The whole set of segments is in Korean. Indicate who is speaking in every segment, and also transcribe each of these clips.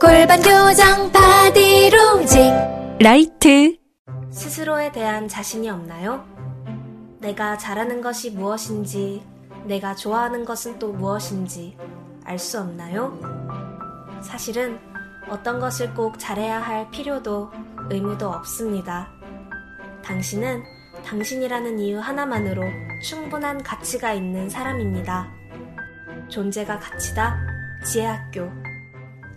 Speaker 1: 골반 교정 바디로직
Speaker 2: 라이트.
Speaker 3: 스스로에 대한 자신이 없나요? 내가 잘하는 것이 무엇인지, 내가 좋아하는 것은 또 무엇인지 알 수 없나요? 사실은 어떤 것을 꼭 잘해야 할 필요도 의무도 없습니다. 당신은 당신이라는 이유 하나만으로 충분한 가치가 있는 사람입니다. 존재가 가치다. 지혜학교.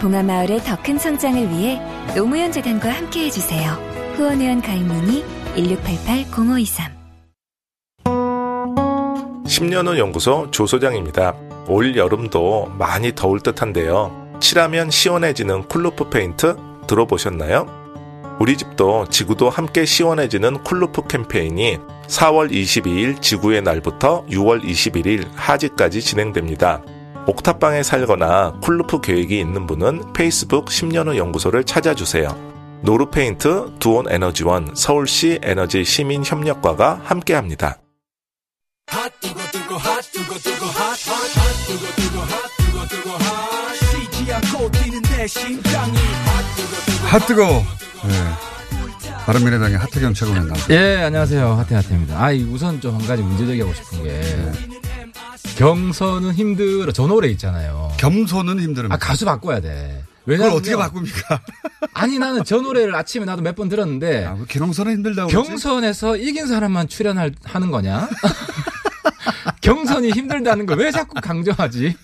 Speaker 4: 봉하마을의 더 큰 성장을 위해 노무현 재단과 함께 해주세요. 후원회원 가입 문의 1688-0523
Speaker 5: 10년 후 연구소 조소장입니다. 올 여름도 많이 더울 듯한데요. 칠하면 시원해지는 쿨루프 페인트 들어보셨나요? 우리 집도 지구도 함께 시원해지는 쿨루프 캠페인이 4월 22일 지구의 날부터 6월 21일 하지까지 진행됩니다. 옥탑방에 살거나 쿨루프 계획이 있는 분은 페이스북 10년 후 연구소를 찾아주세요. 노루페인트, 두온에너지원, 서울시 에너지 시민협력과가 함께합니다.
Speaker 6: 핫뜨거워. 예. 바른미래당의 하태경 최고위원 나오셨
Speaker 7: 예, 안녕하세요. 하태하태입니다. 아, 이 우선 좀 한 가지 문제 제기하고 싶은 게 경선은 힘들어. 전월에 있잖아요.
Speaker 6: 겸손은 힘듭니다.
Speaker 7: 아, 가수 바꿔야 돼.
Speaker 6: 그걸
Speaker 7: 왜냐면
Speaker 6: 어떻게 바꿉니까?
Speaker 7: 아니, 나는 전월에를 아침에 나도 몇 번 들었는데
Speaker 6: 아, 왜 경선은 힘들다고. 그러지?
Speaker 7: 네. 경선에서 이긴 사람만 출연할 하는 거냐? 경선이 힘들다는 걸 왜 자꾸 강조하지?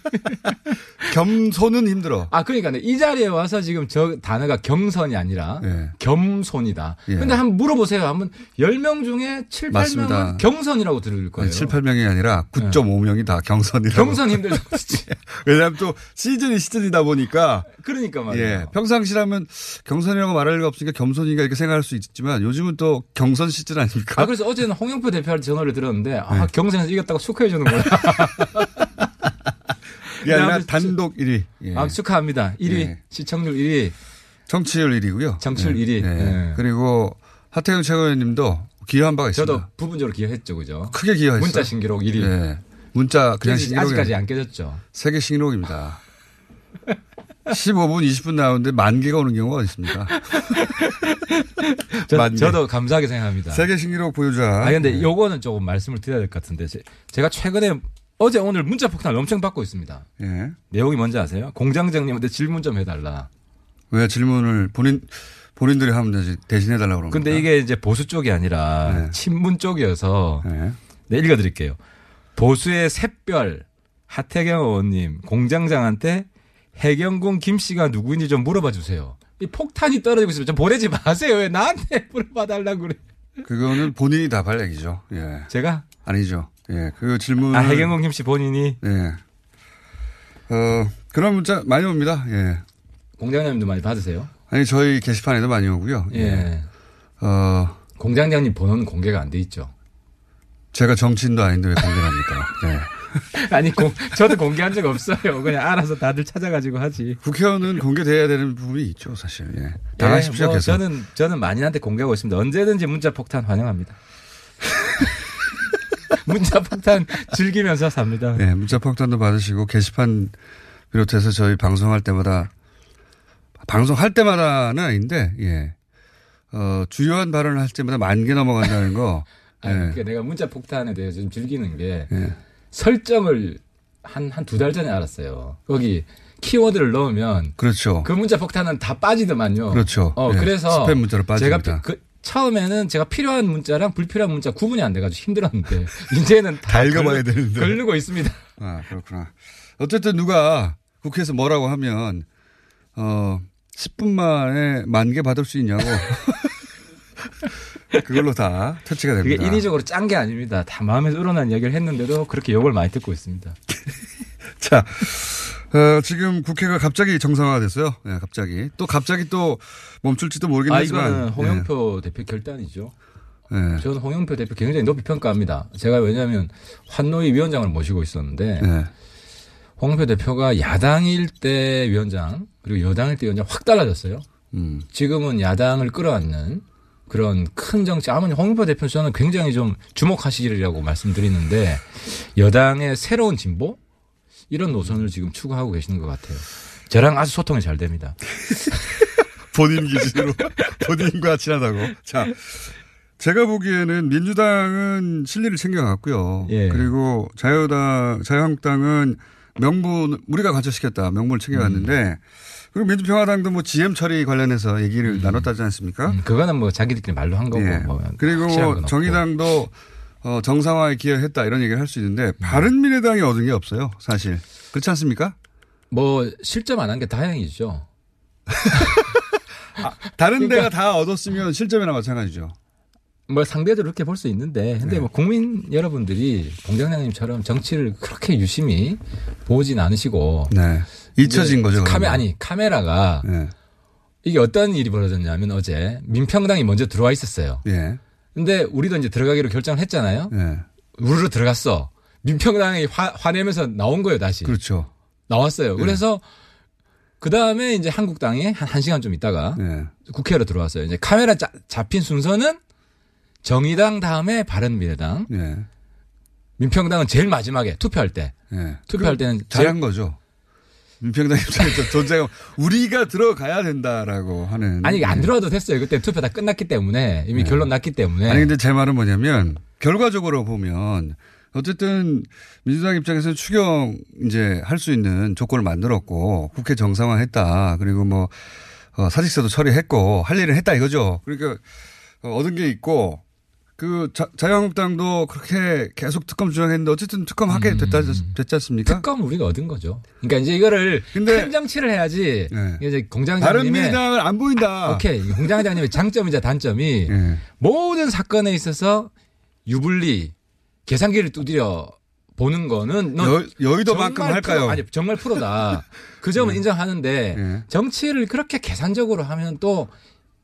Speaker 6: 겸손은 힘들어.
Speaker 7: 아, 그러니까 이 자리에 와서 지금 저 단어가 경선이 아니라
Speaker 6: 예.
Speaker 7: 겸손이다.
Speaker 6: 예.
Speaker 7: 근데 한번 물어보세요. 한번 10명 중에 7,
Speaker 6: 맞습니다.
Speaker 7: 8명은 경선이라고 들을 거예요. 네.
Speaker 6: 7, 8명이 아니라 9.5명이 다 경선이라고.
Speaker 7: 경선 힘들다고. 진짜.
Speaker 6: 왜냐하면 또 시즌이 시즌이다 보니까
Speaker 7: 그러니까 말이에요.
Speaker 6: 예, 평상시라면 경선이라고 말할 리가 없으니까 겸손이가 이렇게 생각할 수 있지만 요즘은 또 경선 시즌 아닙니까?
Speaker 7: 아, 그래서 어제는 홍영표 대표한테 전화를 들었는데, 아,
Speaker 6: 네.
Speaker 7: 경선에서 이겼다고 축하해주는구나.
Speaker 6: 이게 아니라
Speaker 7: 그냥
Speaker 6: 단독 1위. 예.
Speaker 7: 아, 축하합니다. 1위,
Speaker 6: 예.
Speaker 7: 시청률 1위.
Speaker 6: 정치율 1위고요.
Speaker 7: 정치율 1위. 예.
Speaker 6: 그리고 하태경 최고위원님도 기여한 바가 있습니다.
Speaker 7: 저도 부분적으로 기여했죠, 그죠?
Speaker 6: 크게 기여했어요.
Speaker 7: 문자 신기록 1위.
Speaker 6: 예. 문자 그냥
Speaker 7: 그냥 아직까지
Speaker 6: 신기록이
Speaker 7: 안 깨졌죠.
Speaker 6: 세계 신기록입니다. 15분, 20분 나오는데 만 개가 오는 경우가 있습니다.
Speaker 7: 저,
Speaker 6: 맞네.
Speaker 7: 저도 감사하게 생각합니다.
Speaker 6: 세계 신기록 보유자.
Speaker 7: 아, 근데
Speaker 6: 예.
Speaker 7: 요거는 조금 말씀을 드려야 될 것 같은데, 제- 제가 최근에 어제 오늘 문자 폭탄을 엄청 받고 있습니다.
Speaker 6: 예.
Speaker 7: 내용이 뭔지 아세요? 공장장님한테 질문 좀 해달라.
Speaker 6: 왜 질문을 본인 본인들이 하면 되지 대신해 달라고 그러는
Speaker 7: 근데 이게 이제 보수 쪽이 아니라
Speaker 6: 네.
Speaker 7: 친문 쪽이어서
Speaker 6: 예.
Speaker 7: 네, 읽어드릴게요. 보수의 샛별 하태경 의원님 공장장한테 해경군 김 씨가 누구인지 좀 물어봐 주세요. 이 폭탄이 떨어지고 있으면 좀 보내지 마세요. 왜 나한테 물어봐 달라고 그래?
Speaker 6: 그거는 본인이 답할 얘기죠. 예.
Speaker 7: 제가
Speaker 6: 아니죠. 예. 그 질문
Speaker 7: 아 해경군 김 씨 본인이
Speaker 6: 예. 어, 그런 문자 많이 옵니다. 예.
Speaker 7: 공장장님도 많이 받으세요.
Speaker 6: 아니 저희 게시판에도 많이 오고요.
Speaker 7: 예.
Speaker 6: 어,
Speaker 7: 공장장님 번호는 공개가 안 돼 있죠.
Speaker 6: 제가 정치인도 아닌데 왜 공개합니까? 네.
Speaker 7: 아니 공, 저도 공개한 적 없어요. 그냥 알아서 다들 찾아가지고 하지.
Speaker 6: 국회의원은 공개돼야 되는 부분이 있죠, 사실. 예.
Speaker 7: 예,
Speaker 6: 당하십시오,
Speaker 7: 뭐
Speaker 6: 계속.
Speaker 7: 저는 저는 만인한테 공개하고 있습니다. 언제든지 문자 폭탄 환영합니다. 문자 폭탄 즐기면서 삽니다.
Speaker 6: 예, 문자 폭탄도 받으시고 게시판 비롯해서 저희 방송할 때마다 방송할 때마다는 아닌데 예. 어, 주요한 발언을 할 때마다 만 개 넘어간다는 거.
Speaker 7: 아니,
Speaker 6: 예.
Speaker 7: 그러니까 내가 문자 폭탄에 대해서 좀 즐기는 게
Speaker 6: 예.
Speaker 7: 설정을 한 한 두 달 전에 알았어요. 거기 키워드를 넣으면
Speaker 6: 그렇죠.
Speaker 7: 그 문자 폭탄은 다 빠지더만요.
Speaker 6: 그렇죠.
Speaker 7: 어,
Speaker 6: 예,
Speaker 7: 그래서
Speaker 6: 스팸 문자로 빠집니다.
Speaker 7: 제가 그 처음에는 제가 필요한 문자랑 불필요한 문자 구분이 안 돼가지고 힘들었는데 이제는
Speaker 6: 다 읽어봐야 되는데.
Speaker 7: 걸리고 있습니다.
Speaker 6: 아, 그렇구나. 어쨌든 누가 국회에서 뭐라고 하면, 어, 10분 만에 만 개 받을 수 있냐고. 그걸로 다 터치가
Speaker 7: 그게
Speaker 6: 됩니다.
Speaker 7: 인위적으로 짠 게 아닙니다. 다 마음에서 우러난 이야기를 했는데도 그렇게 욕을 많이 듣고 있습니다.
Speaker 6: 자, 어, 지금 국회가 갑자기 정상화됐어요. 예, 갑자기. 또 갑자기 또 멈출지도 모르긴
Speaker 7: 아
Speaker 6: 하지만. 네.
Speaker 7: 이거는 홍영표 대표 결단이죠.
Speaker 6: 예, 예,
Speaker 7: 저는 홍영표 대표 굉장히 높이 평가합니다. 제가 왜냐하면 환노위 위원장을 모시고 있었는데
Speaker 6: 예.
Speaker 7: 홍영표 대표가 야당일 때 위원장 그리고 여당일 때 위원장 확 달라졌어요.
Speaker 6: 음.
Speaker 7: 지금은 야당을 끌어안는 그런 큰 정치 아무리 홍영표 대표 저는 굉장히 좀 주목하시리라고 말씀드리는데 여당의 새로운 진보 이런 노선을 지금 추구하고 계시는 것 같아요. 저랑 아주 소통이 잘 됩니다.
Speaker 6: 본인 기준으로 본인과 친하다고. 자, 제가 보기에는 민주당은 실리를 챙겨갔고요.
Speaker 7: 예.
Speaker 6: 그리고 자유당, 자유한국당은 명분 우리가 관철시켰다 명분을
Speaker 7: 음.
Speaker 6: 챙겨갔는데 그리고 민주평화당도 뭐 GM 처리 관련해서 얘기를 나눴다지 않습니까?
Speaker 7: 음, 그거는 뭐 자기들끼리 말로 한 거고
Speaker 6: 예.
Speaker 7: 뭐 확실한 건
Speaker 6: 그리고
Speaker 7: 없고.
Speaker 6: 정의당도 어, 정상화에 기여했다 이런 얘기를 할 수
Speaker 7: 네.
Speaker 6: 있는데 바른미래당이 얻은 게 없어요 사실 그렇지 않습니까?
Speaker 7: 뭐 실점 안 한 게 다행이죠.
Speaker 6: 다른
Speaker 7: 그러니까
Speaker 6: 데가 다 얻었으면 실점이나 마찬가지죠.
Speaker 7: 뭐 상대도 그렇게 볼 수 있는데
Speaker 6: 예.
Speaker 7: 근데 뭐 국민 여러분들이 공장장님처럼 정치를 그렇게 유심히 보진 않으시고
Speaker 6: 네, 잊혀진 거죠.
Speaker 7: 카메
Speaker 6: 그러면.
Speaker 7: 아니 카메라가
Speaker 6: 예.
Speaker 7: 이게 어떤 일이 벌어졌냐면 어제 민평당이 먼저 들어와 있었어요.
Speaker 6: 예.
Speaker 7: 근데 우리도 이제 들어가기로 결정을 했잖아요.
Speaker 6: 예.
Speaker 7: 우르르 들어갔어. 민평당이 화, 화내면서 나온 거예요 다시
Speaker 6: 그렇죠.
Speaker 7: 나왔어요. 그래서 그 다음에 이제 한국당이 한, 한 시간 좀 있다가
Speaker 6: 예.
Speaker 7: 국회로 들어왔어요. 이제 카메라 짜- 잡힌 순서는 정의당 다음에 바른미래당,
Speaker 6: 예.
Speaker 7: 민평당은 제일 마지막에 투표할 때.
Speaker 6: 예.
Speaker 7: 투표할 때는
Speaker 6: 잘한 거죠. 민평당 입장에서 존재감 우리가 들어가야 된다라고 하는
Speaker 7: 아니 이게 안 들어와도 됐어요. 그때 투표 다 끝났기 때문에 이미 결론 났기 때문에.
Speaker 6: 네. 아니 근데 제 말은 뭐냐면 결과적으로 보면 어쨌든 민주당 입장에서는 추경 이제 할 수 있는 조건을 만들었고 국회 정상화했다 그리고 뭐 어, 사직서도 처리했고 할 일을 했다 이거죠. 그러니까 어, 얻은 게 있고 그 자, 자유한국당도 그렇게 계속 특검 주장했는데 어쨌든 특검 하게 됐다 됐지 않습니까?
Speaker 7: 음. 특검 우리가 얻은 거죠. 그러니까 이제 이거를
Speaker 6: 네? 근데-
Speaker 7: 큰 정치를 해야지.
Speaker 6: 네.
Speaker 7: 이게 이제 공장장님의
Speaker 6: 바른미래당을 안 보인다.
Speaker 7: 오케이 공장장님의 장점이자 단점이
Speaker 6: 예.
Speaker 7: 모든 사건에 있어서 유불리 계산기를 두드려 보는 거는 넌
Speaker 6: 여, 여의도만큼
Speaker 7: 정말
Speaker 6: 할까요? 네.
Speaker 7: 프로, 아니 정말 프로다. 그 점은 인정하는데
Speaker 6: 예.
Speaker 7: 정치를 그렇게 계산적으로 하면 또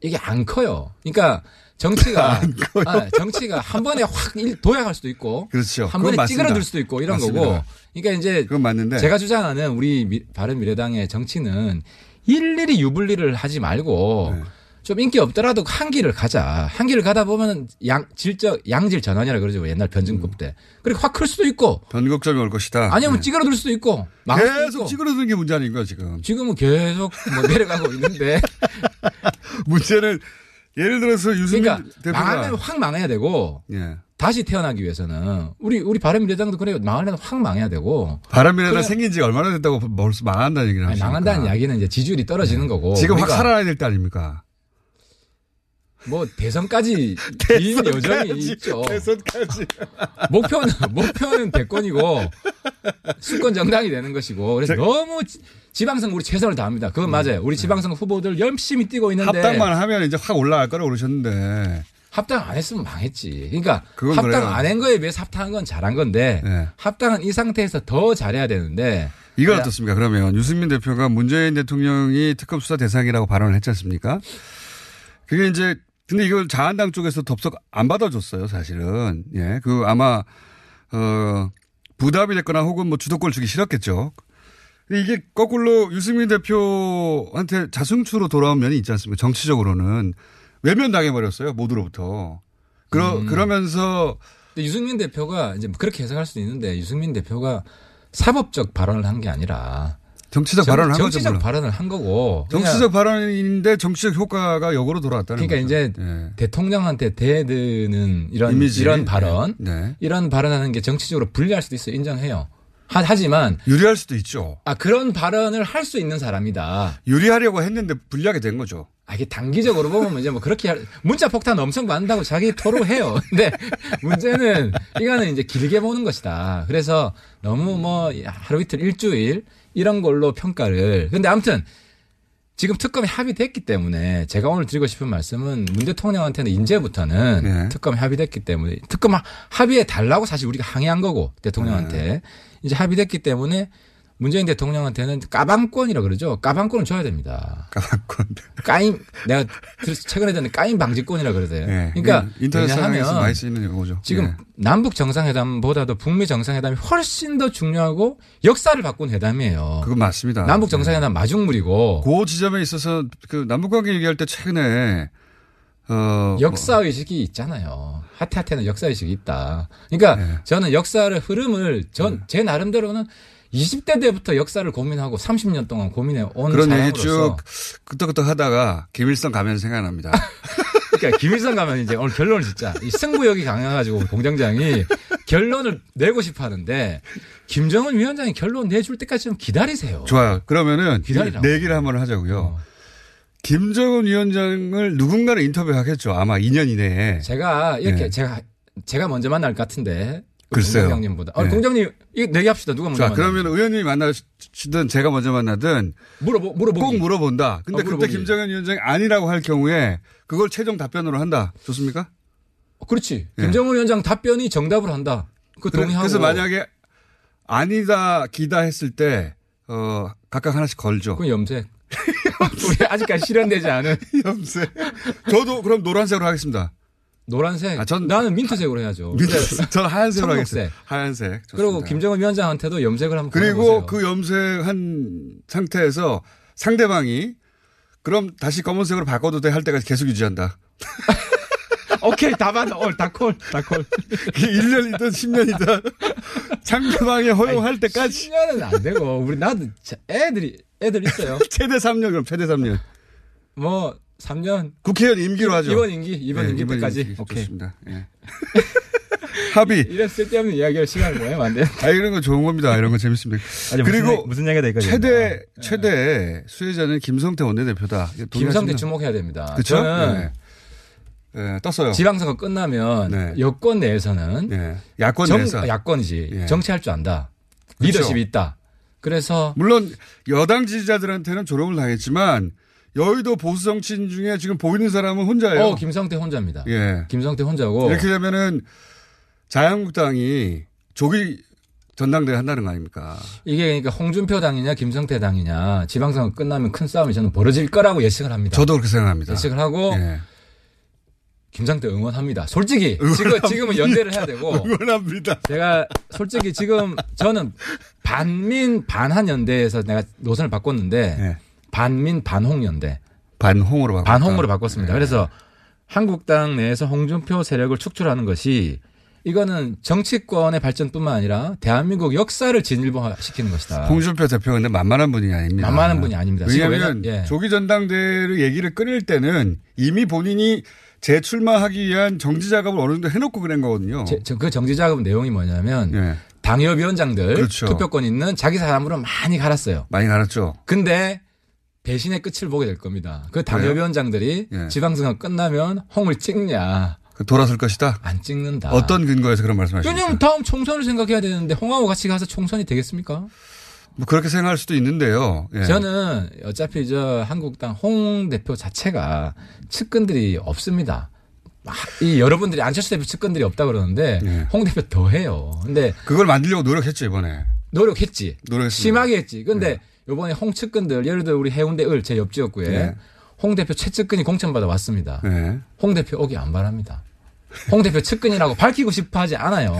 Speaker 7: 이게 안 커요. 그러니까 정치가 아, 정치가 한 번에 확 일- 도약할 수도 있고
Speaker 6: 그렇죠.
Speaker 7: 한
Speaker 6: 그건
Speaker 7: 번에
Speaker 6: 맞습니다.
Speaker 7: 찌그러들 수도 있고 이런
Speaker 6: 맞습니다.
Speaker 7: 거고. 그러니까 이제
Speaker 6: 그건 맞는데
Speaker 7: 제가 주장하는 우리 미- 바른미래당의 정치는 일일이 유불리를 하지 말고
Speaker 6: 네.
Speaker 7: 좀 인기 없더라도 한 길을 가자. 한 길을 가다 보면 양 질적 양질 전환이라 그러죠. 옛날
Speaker 6: 음.
Speaker 7: 변증법 때. 그리고 확 클 수도 있고
Speaker 6: 변곡점이 올 것이다.
Speaker 7: 아니면
Speaker 6: 예.
Speaker 7: 찌그러들 수도 있고 뭐 망할 수도
Speaker 6: 계속
Speaker 7: 있고.
Speaker 6: 찌그러드는 게 문제 아닌가 지금.
Speaker 7: 지금은 계속 뭐 내려가고 있는데
Speaker 6: 문제는 예를 들어서 유승민
Speaker 7: 그러니까
Speaker 6: 대표가
Speaker 7: 망하면 확 망해야 되고
Speaker 6: 예.
Speaker 7: 다시 태어나기 위해서는 우리 우리 바른미래당도 그래요 망하려면 확 망해야 되고
Speaker 6: 바람이라다
Speaker 7: 그래.
Speaker 6: 생긴 지 얼마나 됐다고 벌써 망한다는 얘기를
Speaker 7: 아니,
Speaker 6: 하시니까.
Speaker 7: 망한다는 이야기는 이제 지지율이 떨어지는 거고
Speaker 6: 지금 확
Speaker 7: 우리가
Speaker 6: 살아나야 될 때 아닙니까?
Speaker 7: 뭐 대선까지 긴 여정이 있죠
Speaker 6: 대선까지.
Speaker 7: 목표는 목표는 대권이고 수권 정당이 되는 것이고 그래서 너무 지- 지방선 우리 최선을 다합니다 그건 맞아요 우리 지방선 후보들 열심히 뛰고 있는데
Speaker 6: 음. 네. 합당만 하면 이제 확 올라갈 거라고 그러셨는데.
Speaker 7: 합당 안 했으면 망했지. 그러니까
Speaker 6: 그건 그래요.
Speaker 7: 합당 안 한 거에 비해서 합당한 건 잘한 건데
Speaker 6: 예.
Speaker 7: 합당은 이 상태에서 더 잘해야 되는데
Speaker 6: 이건 어떻습니까? 그러면 유승민 대표가 문재인 대통령이 특검 수사 대상이라고 발언을 했지 않습니까? 그게 이제 근데 이걸 자한당 쪽에서 덥석 안 받아줬어요, 사실은. 예, 그 아마 어 부담이 됐거나 혹은 뭐 주도권 을 주기 싫었겠죠. 근데 이게 거꾸로 유승민 대표한테 자승추로 돌아온 면이 있지 않습니까? 정치적으로는 외면 당해버렸어요, 모두로부터. 그러
Speaker 7: 음.
Speaker 6: 그러면서
Speaker 7: 근데 유승민 대표가 이제 뭐 그렇게 해석할 수도 있는데 유승민 대표가 사법적 발언을 한 게 아니라
Speaker 6: 정치적 발언을 한 거죠.
Speaker 7: 정치적
Speaker 6: 물론.
Speaker 7: 발언을 한 거고 그냥
Speaker 6: 정치적 발언인데 정치적 효과가 역으로 돌아왔다는
Speaker 7: 그러니까
Speaker 6: 거죠.
Speaker 7: 이제
Speaker 6: 예.
Speaker 7: 대통령한테 대드는 이런
Speaker 6: 이미지.
Speaker 7: 이런 발언
Speaker 6: 네.
Speaker 7: 이런 발언하는 게 정치적으로 불리할 수도 있어 요 인정해요. 하- 하지만
Speaker 6: 유리할 수도 있죠.
Speaker 7: 아 그런 발언을 할 수 있는 사람이다.
Speaker 6: 유리하려고 했는데 불리하게 된 거죠.
Speaker 7: 아, 이게 단기적으로 보면 이제 뭐 그렇게 할- 문자 폭탄 엄청 받는다고 자기 토로해요. 근데 문제는 이거는 이제 길게 보는 것이다. 그래서 너무 뭐 하루 이틀 일주일 이런 걸로 평가를. 근데 아무튼 지금 특검이 합의됐기 때문에 제가 오늘 드리고 싶은 말씀은 문 대통령한테는 이제부터는
Speaker 6: 네.
Speaker 7: 특검이 합의됐기 때문에 특검 합의해 달라고 사실 우리가 항의한 거고 대통령한테 이제 합의됐기 때문에 문재인 대통령한테는 까방권이라 그러죠. 까방권을 줘야 됩니다.
Speaker 6: 까맣고.
Speaker 7: 까임 내가 들- 최근에 듣는 까임 방지권이라 그러세요.
Speaker 6: 예.
Speaker 7: 그러니까
Speaker 6: 인터넷 상에서 많이
Speaker 7: 왜냐하면
Speaker 6: 쓰이는 거죠.
Speaker 7: 지금
Speaker 6: 예.
Speaker 7: 남북 정상회담보다도 북미 정상회담이 훨씬 더 중요하고 역사를 바꾼 회담이에요.
Speaker 6: 그건 맞습니다. 예.
Speaker 7: 남북 정상회담 마중물이고
Speaker 6: 그 지점에 있어서 그 남북관계 얘기할 때 최근에 어
Speaker 7: 역사 의식이 있잖아요. 하태하태는 역사 의식이 있다. 그러니까
Speaker 6: 예.
Speaker 7: 저는 역사를 흐름을 전 제 나름대로는 20대 때부터 역사를 고민하고 30년 동안 고민해 온
Speaker 6: 그런 얘기 쭉
Speaker 7: 사람으로서
Speaker 6: 뭐 끄떡끄떡 하다가 김일성 가면 생각납니다.
Speaker 7: 그러니까 김일성 가면 이제 오늘 결론을 진짜 이 승부욕이 강해가지고 우리 공장장이 결론을 내고 싶어 하는데 김정은 위원장이 결론 내줄 때까지 좀 기다리세요.
Speaker 6: 좋아요. 그러면은
Speaker 7: 기다리라고. 어.
Speaker 6: 내기를 한번 하자고요. 김정은 위원장을 누군가를 인터뷰하겠죠. 아마 2년 이내에.
Speaker 7: 제가 이렇게
Speaker 6: 네.
Speaker 7: 제가 제가 먼저 만날 것 같은데
Speaker 6: 글쎄요.
Speaker 7: 공장장님보다 어,
Speaker 6: 네.
Speaker 7: 공장님 이거 내기합시다 누가 먼저
Speaker 6: 자,
Speaker 7: 만나
Speaker 6: 그러면 의원님이 만나시든 제가 먼저 만나든
Speaker 7: 물어보 물어보
Speaker 6: 꼭 물어본다. 근데
Speaker 7: 어,
Speaker 6: 그때
Speaker 7: 물어보기.
Speaker 6: 김정은 위원장이 아니라고 할 경우에 그걸 최종 답변으로 한다. 좋습니까?
Speaker 7: 그렇지
Speaker 6: 예.
Speaker 7: 김정은 위원장 답변이 정답을 한다. 그
Speaker 6: 그래-
Speaker 7: 동의하고
Speaker 6: 그래서 만약에 아니다, 기다 했을 때, 어, 각각 하나씩 걸죠.
Speaker 7: 그 염색 우리 아직까지 실현되지 않은
Speaker 6: 염색. 저도 그럼 노란색으로 하겠습니다.
Speaker 7: 노란색
Speaker 6: 아, 전-
Speaker 7: 나는 민트색으로 해야죠.
Speaker 6: 민트- 저는 하얀색으로
Speaker 7: 어, 네. 청록색.
Speaker 6: 하겠습니다. 하얀색. 좋습니다.
Speaker 7: 그리고 김정은 위원장한테도 염색을 한번
Speaker 6: 그리고
Speaker 7: 보내보세요.
Speaker 6: 그 염색한 상태에서 상대방이 그럼 다시 검은색으로 바꿔도 돼 할 때까지 계속 유지한다.
Speaker 7: 오케이 답안 올 다콜 다콜
Speaker 6: 그게 1년이든 10년이든 상대방이 허용할 때까지
Speaker 7: 10년은 안 되고 우리 나도 자- 애들이 애들 있어요
Speaker 6: 최대 3년 그럼 최대 3년.
Speaker 7: 뭐 3년
Speaker 6: 국회의원 임기로 하죠.
Speaker 7: 이번 임기 이번
Speaker 6: 예,
Speaker 7: 임기 때까지
Speaker 6: 임기.
Speaker 7: 오케이
Speaker 6: 좋습니다. 예. 합의.
Speaker 7: 이런 쓸데없는 이야기를 시간을 뭐해 안 돼.
Speaker 6: 아 이런 거 좋은 겁니다. 이런 거 재밌습니다. 그리고
Speaker 8: 무슨 얘기가 될까요?
Speaker 6: 최대 최대 수혜자는 김성태 원내대표다. 이거
Speaker 7: 예. 김성태
Speaker 6: 동의하십니까?
Speaker 7: 주목해야 됩니다.
Speaker 6: 그쵸?
Speaker 7: 아, 저는
Speaker 6: 예. 예, 떴어요.
Speaker 7: 지방선거 끝나면
Speaker 6: 네.
Speaker 7: 여권 내에서는
Speaker 6: 예. 야권
Speaker 7: 정-
Speaker 6: 내에서
Speaker 7: 야권이지
Speaker 6: 예.
Speaker 7: 정치할 줄 안다 리더십이 있다. 그래서
Speaker 6: 물론 여당 지지자들한테는 조롱을 당했지만 여의도 보수 정치인 중에 지금 보이는 사람은 혼자예요.
Speaker 7: 어 김성태 혼자입니다.
Speaker 6: 예.
Speaker 7: 김성태 혼자고
Speaker 6: 이렇게 되면은 자유한국당이 조기 전당대회 한다는 거 아닙니까?
Speaker 7: 이게 그러니까 홍준표 당이냐 김성태 당이냐 지방선거 끝나면 큰 싸움이 저는 벌어질 거라고 예측을 합니다.
Speaker 6: 저도 그렇게 생각합니다.
Speaker 7: 예측을 하고
Speaker 6: 예.
Speaker 7: 김상태 응원합니다. 솔직히 지금 지금은 연대를 해야 되고
Speaker 6: 응원합니다.
Speaker 7: 제가 솔직히 지금 저는 반민 반한 연대에서 내가 노선을 바꿨는데
Speaker 6: 예.
Speaker 7: 반민 반홍 연대
Speaker 6: 반홍으로 바꿨다. 네.
Speaker 7: 반홍으로 바꿨습니다. 그래서 한국당 내에서 홍준표 세력을 축출하는 것이 이거는 정치권의 발전뿐만 아니라 대한민국 역사를 진일보시키는 것이다.
Speaker 6: 홍준표 대표가 근데 만만한 분이 아닙니다.
Speaker 7: 만만한 분이 아닙니다. 지금
Speaker 6: 왜냐하면
Speaker 7: 왜냐- 예.
Speaker 6: 조기 전당대회를 얘기를 끊을 때는 이미 본인이 재출마하기 위한 정지 작업을 어느 정도 해놓고 그런 거거든요.
Speaker 7: 제- 저- 그 정지자금 내용이 뭐냐면
Speaker 6: 예.
Speaker 7: 당협위원장들
Speaker 6: 그렇죠.
Speaker 7: 투표권 있는 자기 사람으로 많이 갈았어요.
Speaker 6: 많이 갈았죠.
Speaker 7: 근데 배신의 끝을 보게 될 겁니다. 그 당협위원장들이
Speaker 6: 예.
Speaker 7: 지방선거 끝나면 홍을 찍냐
Speaker 6: 그 돌아설 것이다.
Speaker 7: 안 찍는다.
Speaker 6: 어떤 근거에서 그런 말씀하십니까?
Speaker 7: 왜냐면 다음 총선을 생각해야 되는데 홍하고 같이 가서 총선이 되겠습니까?
Speaker 6: 뭐 그렇게 생각할 수도 있는데요. 예.
Speaker 7: 저는 어차피 저 한국당 홍 대표 자체가 측근들이 없습니다. 막 이 여러분들이 안철수 대표 측근들이 없다 그러는데
Speaker 6: 예.
Speaker 7: 홍 대표 더 해요. 근데
Speaker 6: 그걸 만들려고 노력했죠 이번에.
Speaker 7: 노력했지.
Speaker 6: 노력했습니다. 예.
Speaker 7: 심하게 했지. 근데 요번에 홍 측근들 예를 들어 우리 해운대 을 제 옆지역구에
Speaker 6: 네.
Speaker 7: 홍 대표 최측근이 공천받아 왔습니다.
Speaker 6: 예.
Speaker 7: 홍 대표 오기 안 바랍니다. 홍 대표 측근이라고 밝히고 싶어 하지 않아요.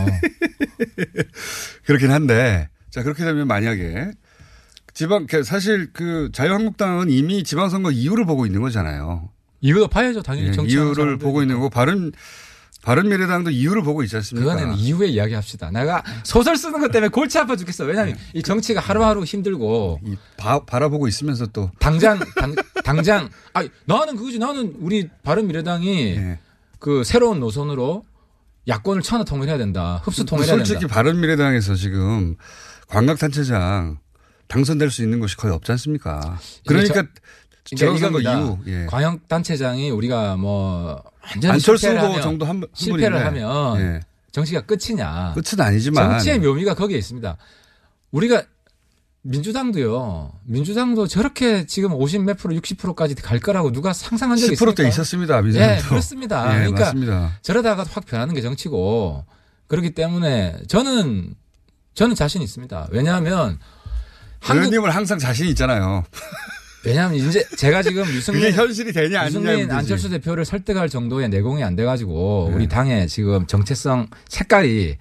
Speaker 6: 그렇긴 한데 자 그렇게 되면 만약에 지방 그 사실 그 자유한국당은 이미 지방선거 이유를 보고 있는 거잖아요.
Speaker 7: 이유도 봐야죠. 당연히
Speaker 6: 예,
Speaker 7: 네, 정치
Speaker 6: 이유를 보고 있는 거고 바른 바른 미래당도 이유를 보고 있지 않습니까?
Speaker 7: 그거는 이후에 이야기합시다. 내가 소설 쓰는 것 때문에 골치 아파 죽겠어.
Speaker 6: 네.
Speaker 7: 왜냐하면 이 정치가 하루하루 힘들고
Speaker 6: 이 바, 바라보고 있으면서 또
Speaker 7: 당장 당, 장아 나는 그거지. 나는 우리 바른 미래당이
Speaker 6: 예.
Speaker 7: 그 새로운 노선으로 야권을 천하 통일해야 된다. 흡수 통일해야 된다.
Speaker 6: 솔직히 바른미래당에서 지금 광각단체장 당선될 수 있는 곳이 거의 없지 않습니까? 그러니까 재보선거 이후 예.
Speaker 7: 광역 단체장이 우리가 뭐 완전
Speaker 6: 안철수
Speaker 7: 실패를
Speaker 6: 후보
Speaker 7: 하면,
Speaker 6: 정도 한, 분- 한
Speaker 7: 실패를
Speaker 6: 분인데.
Speaker 7: 하면
Speaker 6: 예.
Speaker 7: 정치가 끝이냐?
Speaker 6: 끝은 아니지만
Speaker 7: 정치의 묘미가 거기에 있습니다. 우리가 민주당도요. 민주당도 저렇게 지금 50 몇 프로, 60%까지 갈 거라고 누가 상상한 적이 있습니까?
Speaker 6: 10%대 있었습니다.
Speaker 7: 예,
Speaker 6: 민주당도.
Speaker 7: 그렇습니다.
Speaker 6: 예,
Speaker 7: 그러니까
Speaker 6: 맞습니다.
Speaker 7: 저러다가 확 변하는 게 정치고 그렇기 때문에 저는 저는 자신 있습니다. 왜냐하면 한국
Speaker 6: 의원님은 항상 자신 있잖아요.
Speaker 7: 왜냐하면 이제 제가 지금 유승민
Speaker 6: 그게 현실이 되냐 아니냐
Speaker 7: 유승민
Speaker 6: 문제지. 네.
Speaker 7: 안철수 대표를 설득할 정도의 내공이 안 돼가지고 우리 당의 지금 정체성 색깔이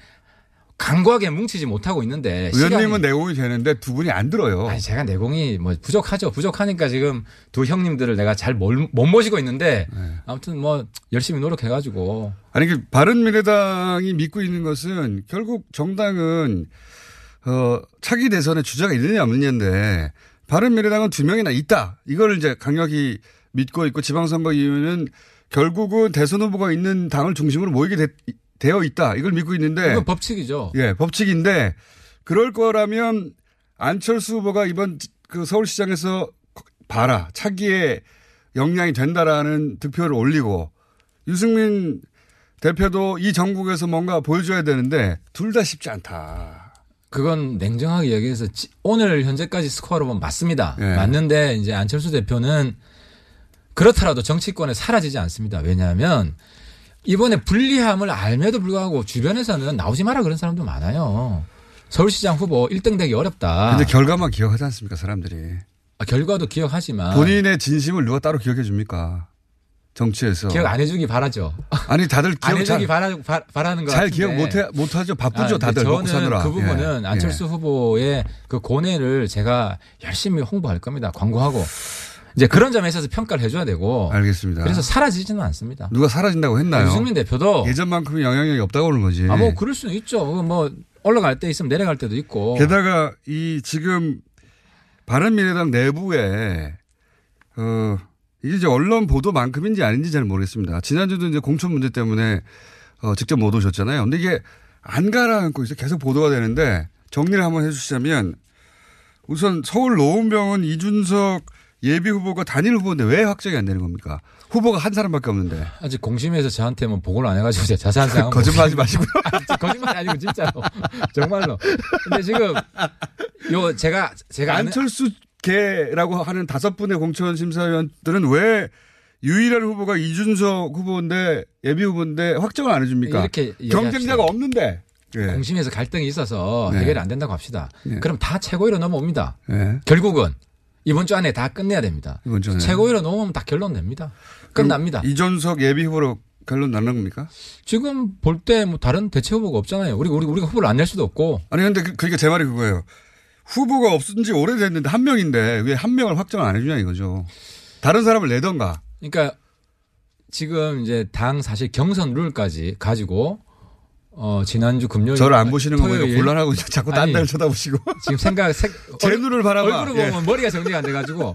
Speaker 7: 강구하게 뭉치지 못하고 있는데 시간이-
Speaker 6: 의원님은 내공이 되는데 두 분이 안 들어요.
Speaker 7: 아니 제가 내공이 뭐 부족하죠 부족하니까 지금 두 형님들을 내가 잘 못 모시고 있는데
Speaker 6: 네.
Speaker 7: 아무튼 뭐 열심히 노력해가지고
Speaker 6: 아니, 그, 바른미래당이 믿고 있는 것은 결국 정당은, 어, 차기 대선에 주자가 있느냐, 없느냐인데, 바른미래당은 두 명이나 있다. 이걸 이제 강력히 믿고 있고, 지방선거 이후에는 결국은 대선 후보가 있는 당을 중심으로 모이게 되, 되어 있다. 이걸 믿고 있는데,
Speaker 7: 이건 법칙이죠
Speaker 6: 예, 법칙인데, 그럴 거라면 안철수 후보가 이번 그 서울시장에서 봐라. 차기에 역량이 된다라는 득표를 올리고, 유승민 대표도 이 전국에서 뭔가 보여줘야 되는데 둘 다 쉽지 않다.
Speaker 7: 그건 냉정하게 얘기해서 지- 오늘 현재까지 스코어로 보면 맞습니다.
Speaker 6: 예.
Speaker 7: 맞는데 이제 안철수 대표는 그렇더라도 정치권에 사라지지 않습니다. 왜냐하면 이번에 불리함을 알매도 불구하고 주변에서는 나오지 마라 그런 사람도 많아요. 서울시장 후보 1등 되기 어렵다.
Speaker 6: 근데 결과만 기억하지 않습니까 사람들이.
Speaker 7: 아, 결과도 기억하지만
Speaker 6: 본인의 진심을 누가 따로 기억해 줍니까? 정치에서.
Speaker 7: 기억 안 해주기 바라죠.
Speaker 6: 아니 다들
Speaker 7: 안
Speaker 6: 기억
Speaker 7: 해주기
Speaker 6: 잘,
Speaker 7: 바라, 바- 바라는 거
Speaker 6: 잘
Speaker 7: 같은데.
Speaker 6: 기억 못해 못하죠. 바쁘죠
Speaker 7: 아, 근데
Speaker 6: 다들 먹고 사느라.
Speaker 7: 그 부분은
Speaker 6: 예.
Speaker 7: 안철수 후보의 그 고뇌를 제가 열심히 홍보할 겁니다. 광고하고. 이제 그런 점에 있어서 평가를 해줘야 되고.
Speaker 6: 예. 알겠습니다.
Speaker 7: 그래서 사라지지는 않습니다.
Speaker 6: 누가 사라진다고 했나요?
Speaker 7: 유승민 대표도
Speaker 6: 예전만큼의 영향력이 없다고 그러는 거지.
Speaker 7: 어. 아, 뭐 그럴 수는 있죠. 그거 뭐 올라갈 때 있으면 내려갈 때도 있고.
Speaker 6: 게다가 이 지금 바른미래당 내부에 어 이게 이제 언론 보도만큼인지 아닌지 잘 모르겠습니다. 지난주도 이제 공천 문제 때문에 어 직접 못 오셨잖아요. 근데 이게 안 가라앉고 있어 계속 보도가 되는데 정리를 한번 해주시자면 우선 서울 노원병원 이준석 예비 후보가 단일 후보인데 왜 확정이 안 되는 겁니까? 후보가 한 사람밖에 없는데
Speaker 7: 아직 뭐. 공심에서 저한테 뭐 보고를 안 해가지고 제가 자세한 사항
Speaker 6: 거짓말하지 마시고요.
Speaker 7: 거짓말 아니고 진짜로 정말로. 근데 지금 요 제가 제가 아는-
Speaker 6: 안철수 계라고 하는 다섯 분의 공천 심사위원들은 왜 유일한 후보가 이준석 후보인데 예비 후보인데 확정을 안 해줍니까?
Speaker 7: 이렇게 이야기합시다.
Speaker 6: 경쟁자가 없는데. 예.
Speaker 7: 공심에서 갈등이 있어서
Speaker 6: 네.
Speaker 7: 해결이 안 된다고 합시다.
Speaker 6: 예.
Speaker 7: 그럼 다 최고위로 넘어옵니다.
Speaker 6: 예.
Speaker 7: 결국은 이번 주 안에 다 끝내야 됩니다.
Speaker 6: 이번 주에
Speaker 7: 최고위로 넘어오면 다 결론 냅니다. 끝납니다.
Speaker 6: 이준석 예비 후보로 결론 나는 겁니까?
Speaker 7: 지금 볼 때 뭐 다른 대체 후보가 없잖아요. 우리 우리 우리가 후보를 안 낼 수도 없고
Speaker 6: 아니 근데 그, 그러니까 제 말이 그거예요. 후보가 없은 지 오래됐는데 한 명인데 왜 한 명을 확정을 안 해주냐 이거죠. 다른 사람을 내던가.
Speaker 7: 그러니까 지금 이제 당 사실 경선 룰까지 가지고 어 지난주 금요일
Speaker 6: 저를 안 보시는 거 보니까
Speaker 7: 토요일
Speaker 6: 곤란하고 이제 자꾸 딴
Speaker 7: 예. 아니.
Speaker 6: 데를 쳐다보시고.
Speaker 7: 지금 생각 색
Speaker 6: 제 눈을 바라봐.
Speaker 7: 얼굴을
Speaker 6: 예.
Speaker 7: 보면 뭐, 머리가 정리가 안 돼가지고 어,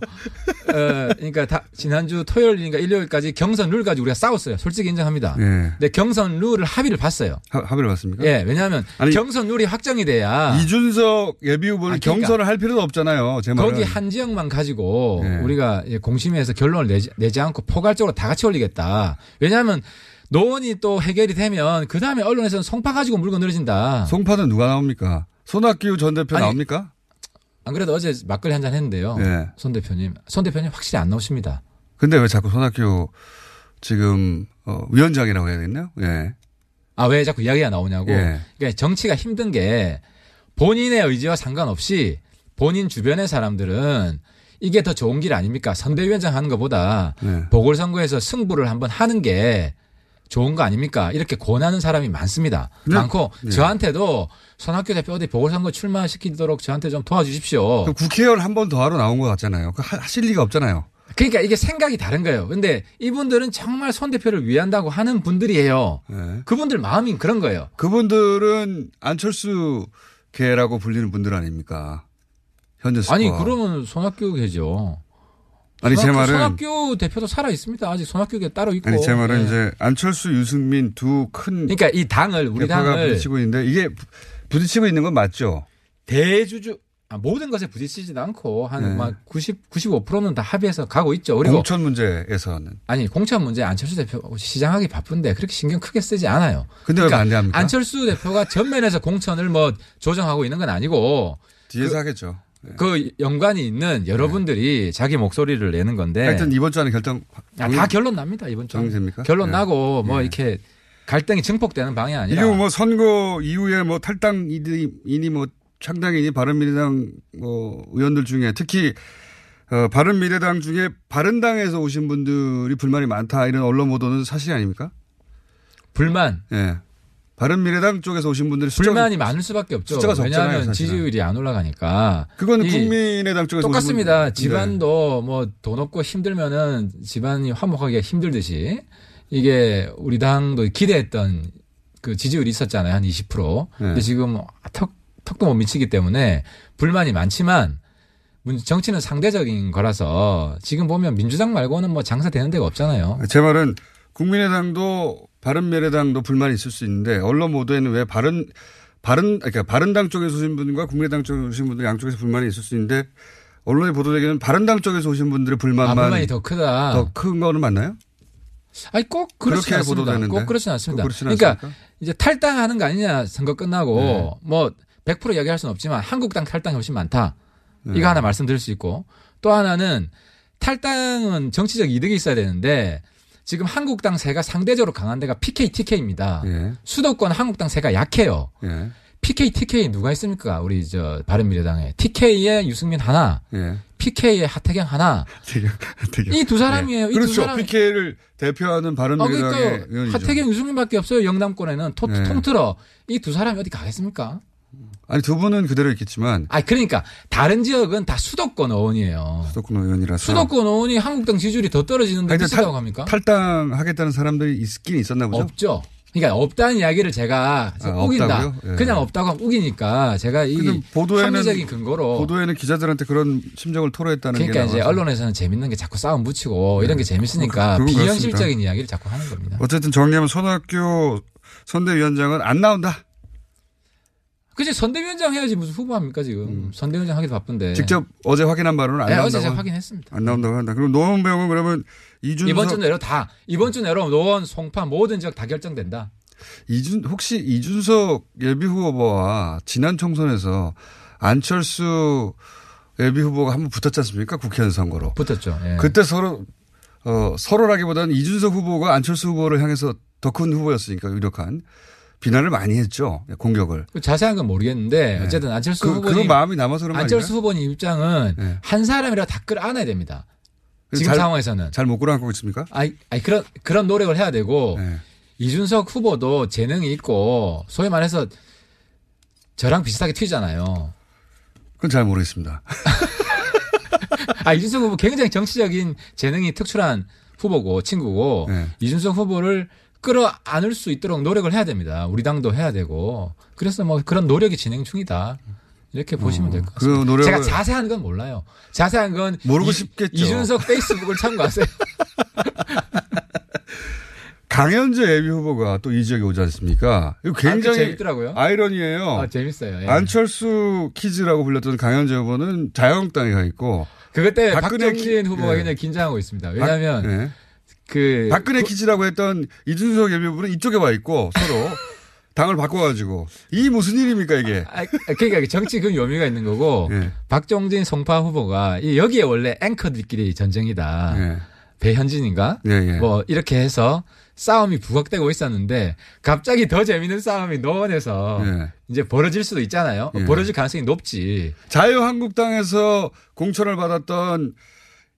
Speaker 7: 그러니까 다 지난주 토요일이니까 일요일까지 경선 룰까지 우리가 싸웠어요. 솔직히 인정합니다.
Speaker 6: 예.
Speaker 7: 근데 경선 룰을 합의를 봤어요.
Speaker 6: 합- 합의를 봤습니까?
Speaker 7: 예, 왜냐하면
Speaker 6: 아니,
Speaker 7: 경선 룰이 확정이 돼야
Speaker 6: 이준석 예비 후보는
Speaker 7: 아, 그러니까.
Speaker 6: 경선을 할 필요도 없잖아요. 제 말은.
Speaker 7: 거기 한 지역만 가지고
Speaker 6: 예.
Speaker 7: 우리가 예, 공심에서 결론을 내지, 내지 않고 포괄적으로 다 같이 올리겠다. 왜냐하면 노원이 또 해결이 되면 그 다음에 언론에서는 송파 가지고 물고 늘어진다.
Speaker 6: 송파는 누가 나옵니까? 손학규 전 대표
Speaker 7: 아. 아니, 어.
Speaker 6: 나옵니까?
Speaker 7: 안 그래도 어제 막걸리 한 잔 했는데요.
Speaker 6: 예.
Speaker 7: 손 대표님, 손 대표님 확실히 안 나오십니다.
Speaker 6: 근데 왜 자꾸 손학규 지금 어, 위원장이라고 해야겠네요. 예.
Speaker 7: 아 왜 자꾸 이야기가 나오냐고.
Speaker 6: 예.
Speaker 7: 그러니까 정치가 힘든 게 본인의 의지와 상관없이 본인 주변의 사람들은 이게 더 좋은 길 아닙니까? 선대위원장 하는 것보다
Speaker 6: 네.
Speaker 7: 보궐선거에서 승부를 한번 하는 게 좋은 거 아닙니까? 이렇게 권하는 사람이 많습니다.
Speaker 6: 근데-
Speaker 7: 많고
Speaker 6: 네.
Speaker 7: 저한테도 손학규 대표 어디 보궐선거 출마시키도록 저한테 좀 도와주십시오.
Speaker 6: 그 국회의원 한 번 더 하러 나온 것 같잖아요. 그 하- 하실 리가 없잖아요.
Speaker 7: 그러니까 이게 생각이 다른 거예요. 근데 이분들은 정말 손 대표를 위한다고 하는 분들이에요.
Speaker 6: 예.
Speaker 7: 그분들 마음이 그런 거예요.
Speaker 6: 그분들은 안철수 계라고 불리는 분들 아닙니까? 현재 스코어.
Speaker 7: 아니 그러면 손학규 계죠.
Speaker 6: 아니, 제
Speaker 7: 손학규-
Speaker 6: 말은-
Speaker 7: 손학규 대표도 살아 있습니다. 아직 손학규가 따로 있고.
Speaker 6: 아니 제 말은
Speaker 7: 예.
Speaker 6: 이제 안철수, 유승민 두큰
Speaker 7: 그러니까 이 당을 우리
Speaker 6: 대파가
Speaker 7: 당을
Speaker 6: 부딪히고 있는데 이게 부- 부딪히고 있는 건 맞죠?
Speaker 7: 대주주 아, 모든 것에 부딪히진 않고
Speaker 6: 네.
Speaker 7: 한 막90 95%는 다 합의해서 가고 있죠. 그리고
Speaker 6: 공천 문제에서는.
Speaker 7: 아니 공천 문제 안철수 대표 시장하기 바쁜데 그렇게 신경 크게 쓰지 않아요.
Speaker 6: 근데 왜 반대합니까?
Speaker 7: 그러니까 안철수 대표가 전면에서 공천을 뭐 조정하고 있는 건 아니고
Speaker 6: 뒤에서 하겠죠.
Speaker 7: 그 연관이 있는 여러분들이 자기 목소리를 내는 건데
Speaker 6: 하여튼 이번 주 안에 예. 아, 결정
Speaker 7: 야, 다 결론 납니다 이번 주.
Speaker 6: 정리됩니까?
Speaker 7: 결론
Speaker 6: 예.
Speaker 7: 나고 뭐 이렇게 갈등이 증폭되는 방이 아니라
Speaker 6: 이게 뭐 선거 이후에 뭐 탈당이니 뭐 창당이니 바른미래당 뭐 의원들 중에 특히 어, 바른미래당 중에 바른당에서 오신 분들이 불만이 많다 이런 언론 보도는 사실 아닙니까?
Speaker 7: 불만
Speaker 6: 예. 바른미래당 쪽에서 오신 분들이 숫자가-
Speaker 7: 불만이 많을 수밖에 없죠.
Speaker 6: 숫자가 적잖아요,
Speaker 7: 왜냐하면
Speaker 6: 사실은.
Speaker 7: 지지율이 안 올라가니까.
Speaker 6: 그거는
Speaker 7: 이-
Speaker 6: 국민의당 쪽에서
Speaker 7: 예. 똑같습니다.
Speaker 6: 오신 분들- 네.
Speaker 7: 집안도 뭐 돈 없고 힘들면은 집안이 화목하기가 힘들듯이 이게 우리 당도 기대했던 그 지지율이 있었잖아요. 한 20%. 근데
Speaker 6: 네.
Speaker 7: 지금 턱, 턱도 못 미치기 때문에 불만이 많지만 문- 정치는 상대적인 거라서 지금 보면 민주당 말고는 뭐 장사 되는 데가 없잖아요.
Speaker 6: 제 말은 국민의당도 바른미래당도 불만이 있을 수 있는데 언론 보도에는 왜 바른 바른 그러니까 바른당 쪽에서 오신 분과 국민의당 쪽에서 오신 분들 양쪽에서 불만이 있을 수 있는데 언론에 보도되기는 바른당 쪽에서 오신 분들의
Speaker 7: 아,
Speaker 6: 불만만
Speaker 7: 불만이 더 크다.
Speaker 6: 더 큰 거는 맞나요?
Speaker 7: 아니 꼭 그렇지
Speaker 6: 그렇게
Speaker 7: 않습니다.
Speaker 6: 보도되는데.
Speaker 7: 꼭 그렇진 않습니다.
Speaker 6: 꼭 그렇진
Speaker 7: 그러니까
Speaker 6: 않습니까? 네.
Speaker 7: 이제 탈당하는 거 아니냐 선거 끝나고 뭐 100% 이야기할 수는 없지만 한국당 탈당이 훨씬 많다.
Speaker 6: 네.
Speaker 7: 이거 하나 말씀드릴 수 있고 또 하나는 탈당은 정치적 이득이 있어야 되는데 지금 한국당 세가 상대적으로 강한 데가 PK, TK입니다.
Speaker 6: 예.
Speaker 7: 수도권 한국당 세가 약해요.
Speaker 6: 예.
Speaker 7: PK, TK 누가 있습니까? 우리 저 바른미래당에 TK에 유승민 하나,
Speaker 6: 예.
Speaker 7: PK에 하태경 하나
Speaker 6: 되게 되게
Speaker 7: 이 두 사람이에요. 이 두
Speaker 6: 그렇죠.
Speaker 7: 사람.
Speaker 6: PK를 대표하는
Speaker 7: 아,
Speaker 6: 바른미래당의
Speaker 7: 그러니까
Speaker 6: 의원이죠.
Speaker 7: 하태경 유승민밖에 없어요. 영남권에는 토,
Speaker 6: 네.
Speaker 7: 통틀어 이 두 사람이 어디 가겠습니까?
Speaker 6: 아니 두 분은 그대로 있겠지만
Speaker 7: 아 그러니까 다른 지역은 다 수도권 의원이에요.
Speaker 6: 수도권 의원이라서
Speaker 7: 수도권 의원이 한국당 지지율이 더 떨어지는데
Speaker 6: 아니, 근데
Speaker 7: 비슷하다고
Speaker 6: 탈-
Speaker 7: 합니까?
Speaker 6: 탈당하겠다는 사람들이 있긴 있었나 보죠.
Speaker 7: 없죠. 그러니까 없다는 이야기를 제가
Speaker 6: 아,
Speaker 7: 우긴다.
Speaker 6: 없다고요? 예.
Speaker 7: 그냥 없다고 하면 우기니까 제가 이
Speaker 6: 근데 보도에는-
Speaker 7: 합리적인 근거로
Speaker 6: 보도에는 기자들한테 그런 심정을 토로했다는
Speaker 7: 그러니까
Speaker 6: 게
Speaker 7: 이제
Speaker 6: 나와서.
Speaker 7: 언론에서는 재밌는 게 자꾸 싸움 붙이고 이런 게 재밌으니까
Speaker 6: 그- 그건
Speaker 7: 비현실적인
Speaker 6: 그렇습니다.
Speaker 7: 이야기를 자꾸 하는 겁니다.
Speaker 6: 어쨌든 정리하면 손학규 선대위원장은 안 나온다.
Speaker 7: 그치 선대위원장 해야지 무슨 후보합니까 지금 선대위원장 하기도 바쁜데
Speaker 6: 음. 직접 어제 확인한 바로는 안
Speaker 7: 네,
Speaker 6: 나온다고.
Speaker 7: 어제 제가 확인했습니다.
Speaker 6: 안 나온다고 한다. 그럼 노원병은 그러면 이준석
Speaker 7: 이번 주 내로 다 이번 주 내로 노원 송파 모든 지역 다 결정된다.
Speaker 6: 이준 혹시 이준석 예비 후보와 지난 총선에서 안철수 예비 후보가 한번 붙었지 않습니까? 국회의원 선거로.
Speaker 7: 붙었죠. 예.
Speaker 6: 그때 서로 어, 서로라기보다는 이준석 후보가 안철수 후보를 향해서 더 큰 후보였으니까 유력한 비난을 많이 했죠. 공격을.
Speaker 7: 그 자세한 건 모르겠는데 어쨌든 안철수
Speaker 6: 그, 그
Speaker 7: 후보님
Speaker 6: 마음이 남아서 그런 거
Speaker 7: 안철수 후보님 입장은
Speaker 6: 네.
Speaker 7: 한 사람이라 다 끌어안아야 됩니다.
Speaker 6: 그래서
Speaker 7: 지금
Speaker 6: 잘-
Speaker 7: 상황에서는
Speaker 6: 잘못 끌어안고 있습니까?
Speaker 7: 아이, 아이 그런 그런 노력을 해야 되고
Speaker 6: 네.
Speaker 7: 이준석 후보도 재능이 있고 소위 말해서 저랑 비슷하게 튀잖아요.
Speaker 6: 그건 잘 모르겠습니다.
Speaker 7: 아 이준석 후보 굉장히 정치적인 재능이 특출한 후보고 친구고
Speaker 6: 네.
Speaker 7: 이준석 후보를 끌어안을 수 있도록 노력을 해야 됩니다. 우리 당도 해야 되고 그래서 뭐 그런 노력이 진행 중이다. 이렇게 보시면 될 것
Speaker 6: 그
Speaker 7: 같습니다.
Speaker 6: 노력을-
Speaker 7: 제가 자세한 건 몰라요. 자세한 건
Speaker 6: 모르고
Speaker 7: 이-
Speaker 6: 싶겠죠.
Speaker 7: 이준석 페이스북을 참고하세요.
Speaker 6: 강현재 예비 후보가 또 이 지역에 오지 않습니까? 이거
Speaker 7: 아,
Speaker 6: 굉장히
Speaker 7: 재밌더라고요.
Speaker 6: 이러니에요
Speaker 7: 아, 재밌어요. 예.
Speaker 6: 안철수 키즈라고 불렸던 강현재 후보는 자유한국당에 가 있고
Speaker 7: 그것 때문에
Speaker 6: 박근혜
Speaker 7: 박정진
Speaker 6: 기-
Speaker 7: 후보가
Speaker 6: 예.
Speaker 7: 굉장히 긴장하고 있습니다. 왜냐하면
Speaker 6: 박, 예.
Speaker 7: 그
Speaker 6: 박근혜 키즈라고 했던 이준석 예비 후보는 이쪽에 와 있고 서로 당을 바꿔가지고 이 무슨 일입니까 이게?
Speaker 7: 아, 그러니까 정치 그 묘미가 있는 거고
Speaker 6: 예.
Speaker 7: 박종진 송파 후보가 이 여기에 원래 앵커들끼리 전쟁이다.
Speaker 6: 예.
Speaker 7: 배현진인가?
Speaker 6: 예, 예.
Speaker 7: 아. 뭐 이렇게 해서 싸움이 부각되고 있었는데 갑자기 더 재밌는 싸움이 노원에서
Speaker 6: 예.
Speaker 7: 이제 벌어질 수도 있잖아요.
Speaker 6: 예.
Speaker 7: 벌어질 가능성이 높지.
Speaker 6: 자유한국당에서 공천을 받았던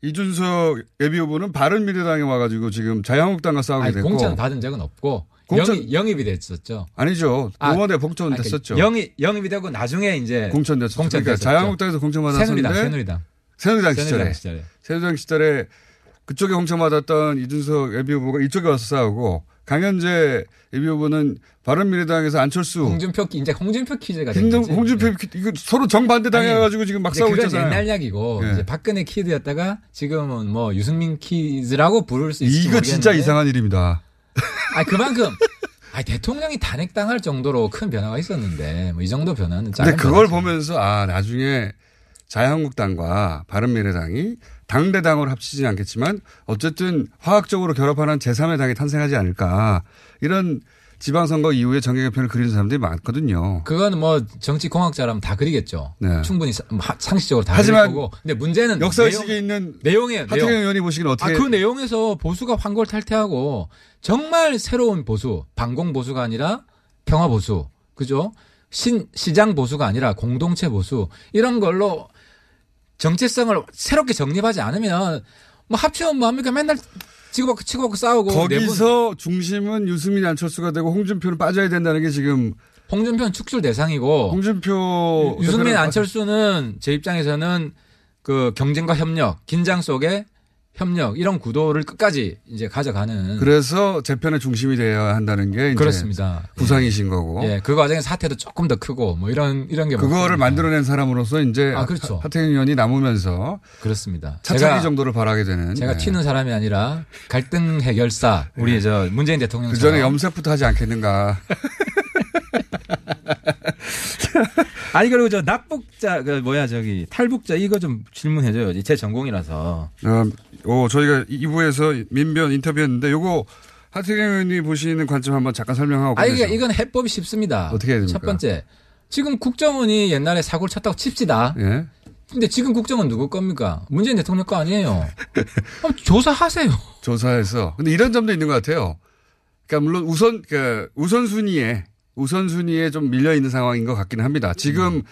Speaker 6: 이준석 예비 후보는 바른미래당에 와가지고 지금 자유한국당과 싸우게
Speaker 7: 아니,
Speaker 6: 됐고
Speaker 7: 공천 받은 적은 없고
Speaker 6: 공천-
Speaker 7: 영입, 영입이 됐었죠.
Speaker 6: 아니죠.
Speaker 7: 아,
Speaker 6: 의원에 복전
Speaker 7: 아니,
Speaker 6: 됐었죠.
Speaker 7: 영입 영입이 되고 나중에 이제
Speaker 6: 공천 됐었죠.
Speaker 7: 공천
Speaker 6: 그러니까
Speaker 7: 됐었죠.
Speaker 6: 자유한국당에서 공천 받았었는데
Speaker 7: 새누리당 새누리당
Speaker 6: 새누리당 시절에
Speaker 7: 새누리당 시절에
Speaker 6: 새누리당 시절에 그쪽에 공천받았던 이준석 예비 후보가 이쪽에 와서 싸우고 강현재 예비 후보는 바른미래당에서 안철수
Speaker 7: 홍준표 키- 이제 홍준표 퀴즈가
Speaker 6: 어.
Speaker 7: 된
Speaker 6: 홍준,
Speaker 7: 거지. 네.
Speaker 6: 홍준표 이거 서로 정반대 당해가지고 지금 막
Speaker 7: 근데
Speaker 6: 싸우고
Speaker 7: 그건
Speaker 6: 있잖아요.
Speaker 7: 옛날 이야기고
Speaker 6: 예.
Speaker 7: 이제 박근혜 키드였다가 지금은 뭐 유승민 키즈라고 부를 수 있을지
Speaker 6: 이거 진짜
Speaker 7: 모르겠는데.
Speaker 6: 이상한 일입니다.
Speaker 7: 아 그만큼 아 대통령이 탄핵당할 정도로 큰 변화가 있었는데 뭐 이 정도 변화는 작은
Speaker 6: 근데 그걸
Speaker 7: 변화지.
Speaker 6: 보면서 아 나중에 자유한국당과 바른미래당이 당대당으로 합치진 않겠지만 어쨌든 화학적으로 결합하는 제3의 당이 탄생하지 않을까 이런 지방선거 이후에 정계개편을 그리는 사람들이 많거든요.
Speaker 7: 그건 뭐 정치 공학자라면 다 그리겠죠.
Speaker 6: 네.
Speaker 7: 충분히 사- 뭐 하- 상식적으로 다
Speaker 6: 하지만
Speaker 7: 그릴 거고. 근데 문제는
Speaker 6: 역사의
Speaker 7: 내용-
Speaker 6: 식에 있는
Speaker 7: 내용이에요.
Speaker 6: 하태경
Speaker 7: 내용.
Speaker 6: 의원이 보시기는 어떻게
Speaker 7: 아그 내용에서 보수가 환골 탈퇴하고 정말 새로운 보수, 반공 보수가 아니라 평화 보수, 그죠? 신 시장 보수가 아니라 공동체 보수 이런 걸로 정체성을 새롭게 정립하지 않으면 뭐 합치면 뭐합니까? 맨날 치고받고 치고받고 싸우고 네 내분-
Speaker 6: 거기서 중심은 유승민 안철수가 되고 홍준표는 빠져야 된다는 게 지금
Speaker 7: 홍준표는 축출 대상이고
Speaker 6: 홍준표
Speaker 7: 어. 유승민
Speaker 6: 대표는
Speaker 7: 안철수는 제 입장에서는 그 경쟁과 협력, 긴장 속에 협력 이런 구도를 끝까지 이제 가져가는
Speaker 6: 그래서 재편의 중심이 되어야 한다는 게 이제
Speaker 7: 그렇습니다.
Speaker 6: 구상이신 거고
Speaker 7: 예, 그 과정에 사태도 조금 더 크고 뭐 이런 이런 게
Speaker 6: 그거를
Speaker 7: 많습니다.
Speaker 6: 만들어낸 사람으로서 이제
Speaker 7: 아, 그렇죠.
Speaker 6: 하- 하태경 의원이 남으면서
Speaker 7: 그렇습니다.
Speaker 6: 차차기
Speaker 7: 제가
Speaker 6: 정도를 바라게 되는
Speaker 7: 제가
Speaker 6: 네.
Speaker 7: 튀는 사람이 아니라 갈등 해결사 우리 저 문재인 대통령
Speaker 6: 그 전에 염색부터 하지 않겠는가.
Speaker 9: 아니 그리고 저 납북자 그 뭐야 저기 탈북자 이거 좀 질문해줘요. 제 전공이라서
Speaker 6: 음, 오, 저희가 2부에서 민변 인터뷰했는데 요거 하태경 의원이 보시는 관점 한번 잠깐 설명하고.
Speaker 7: 아 이게
Speaker 6: 끝내죠.
Speaker 7: 이건 해법이 쉽습니다.
Speaker 6: 어떻게 해야 됩니까?
Speaker 7: 첫 번째 지금 국정원이 옛날에 사고를 쳤다고 칩시다.
Speaker 6: 예.
Speaker 7: 근데 지금 국정원 누구 겁니까? 문재인 대통령 거 아니에요. 그럼 조사하세요.
Speaker 6: 조사해서. 근데 이런 점도 있는 것 같아요. 그러니까 물론 우선 그 우선순위에 우선순위에 좀 밀려 있는 상황인 것 같기는 합니다. 지금
Speaker 7: 음.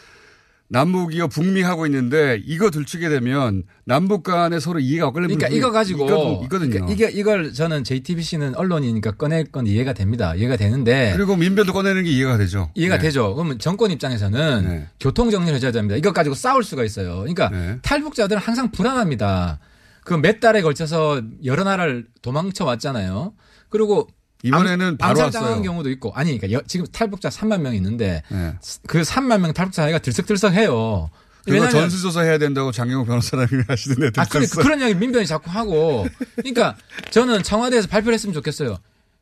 Speaker 6: 남북이요 북미 하고 있는데 이거 들추게 되면 남북 간에 서로 이해가 엇갈리는
Speaker 7: 그러니까
Speaker 6: 부분이
Speaker 7: 이거 가지고
Speaker 6: 있거든- 있거든요.
Speaker 7: 그러니까 이게 이걸 저는 JTBC는 언론이니까 꺼낼 건 이해가 됩니다. 이해가 되는데
Speaker 6: 그리고 민변도 꺼내는 게 이해가 되죠.
Speaker 7: 이해가
Speaker 6: 네.
Speaker 7: 되죠. 그러면 정권 입장에서는
Speaker 6: 네.
Speaker 7: 교통 정리를 해줘야 됩니다. 이것 가지고 싸울 수가 있어요. 그러니까
Speaker 6: 네.
Speaker 7: 탈북자들은 항상 불안합니다. 그 몇 달에 걸쳐서 여러 나라를 도망쳐 왔잖아요. 그리고
Speaker 6: 이번에는
Speaker 7: 암-
Speaker 6: 바로
Speaker 7: 암살당한
Speaker 6: 왔어요.
Speaker 7: 경우도 있고 아니 그러니까 여- 지금 탈북자 3만 명 있는데
Speaker 6: 네.
Speaker 7: 그 3만 명 탈북자 사이가 들썩들썩해요.
Speaker 6: 그리고
Speaker 7: 왜냐면-
Speaker 6: 전수조사 해야 된다고 장경호 변호사님이 하시는 애들
Speaker 7: 아, 그래,
Speaker 6: 있었어요.
Speaker 7: 그런 이야기 민변이 자꾸 하고. 그러니까 저는 청와대에서 발표를 했으면 좋겠어요.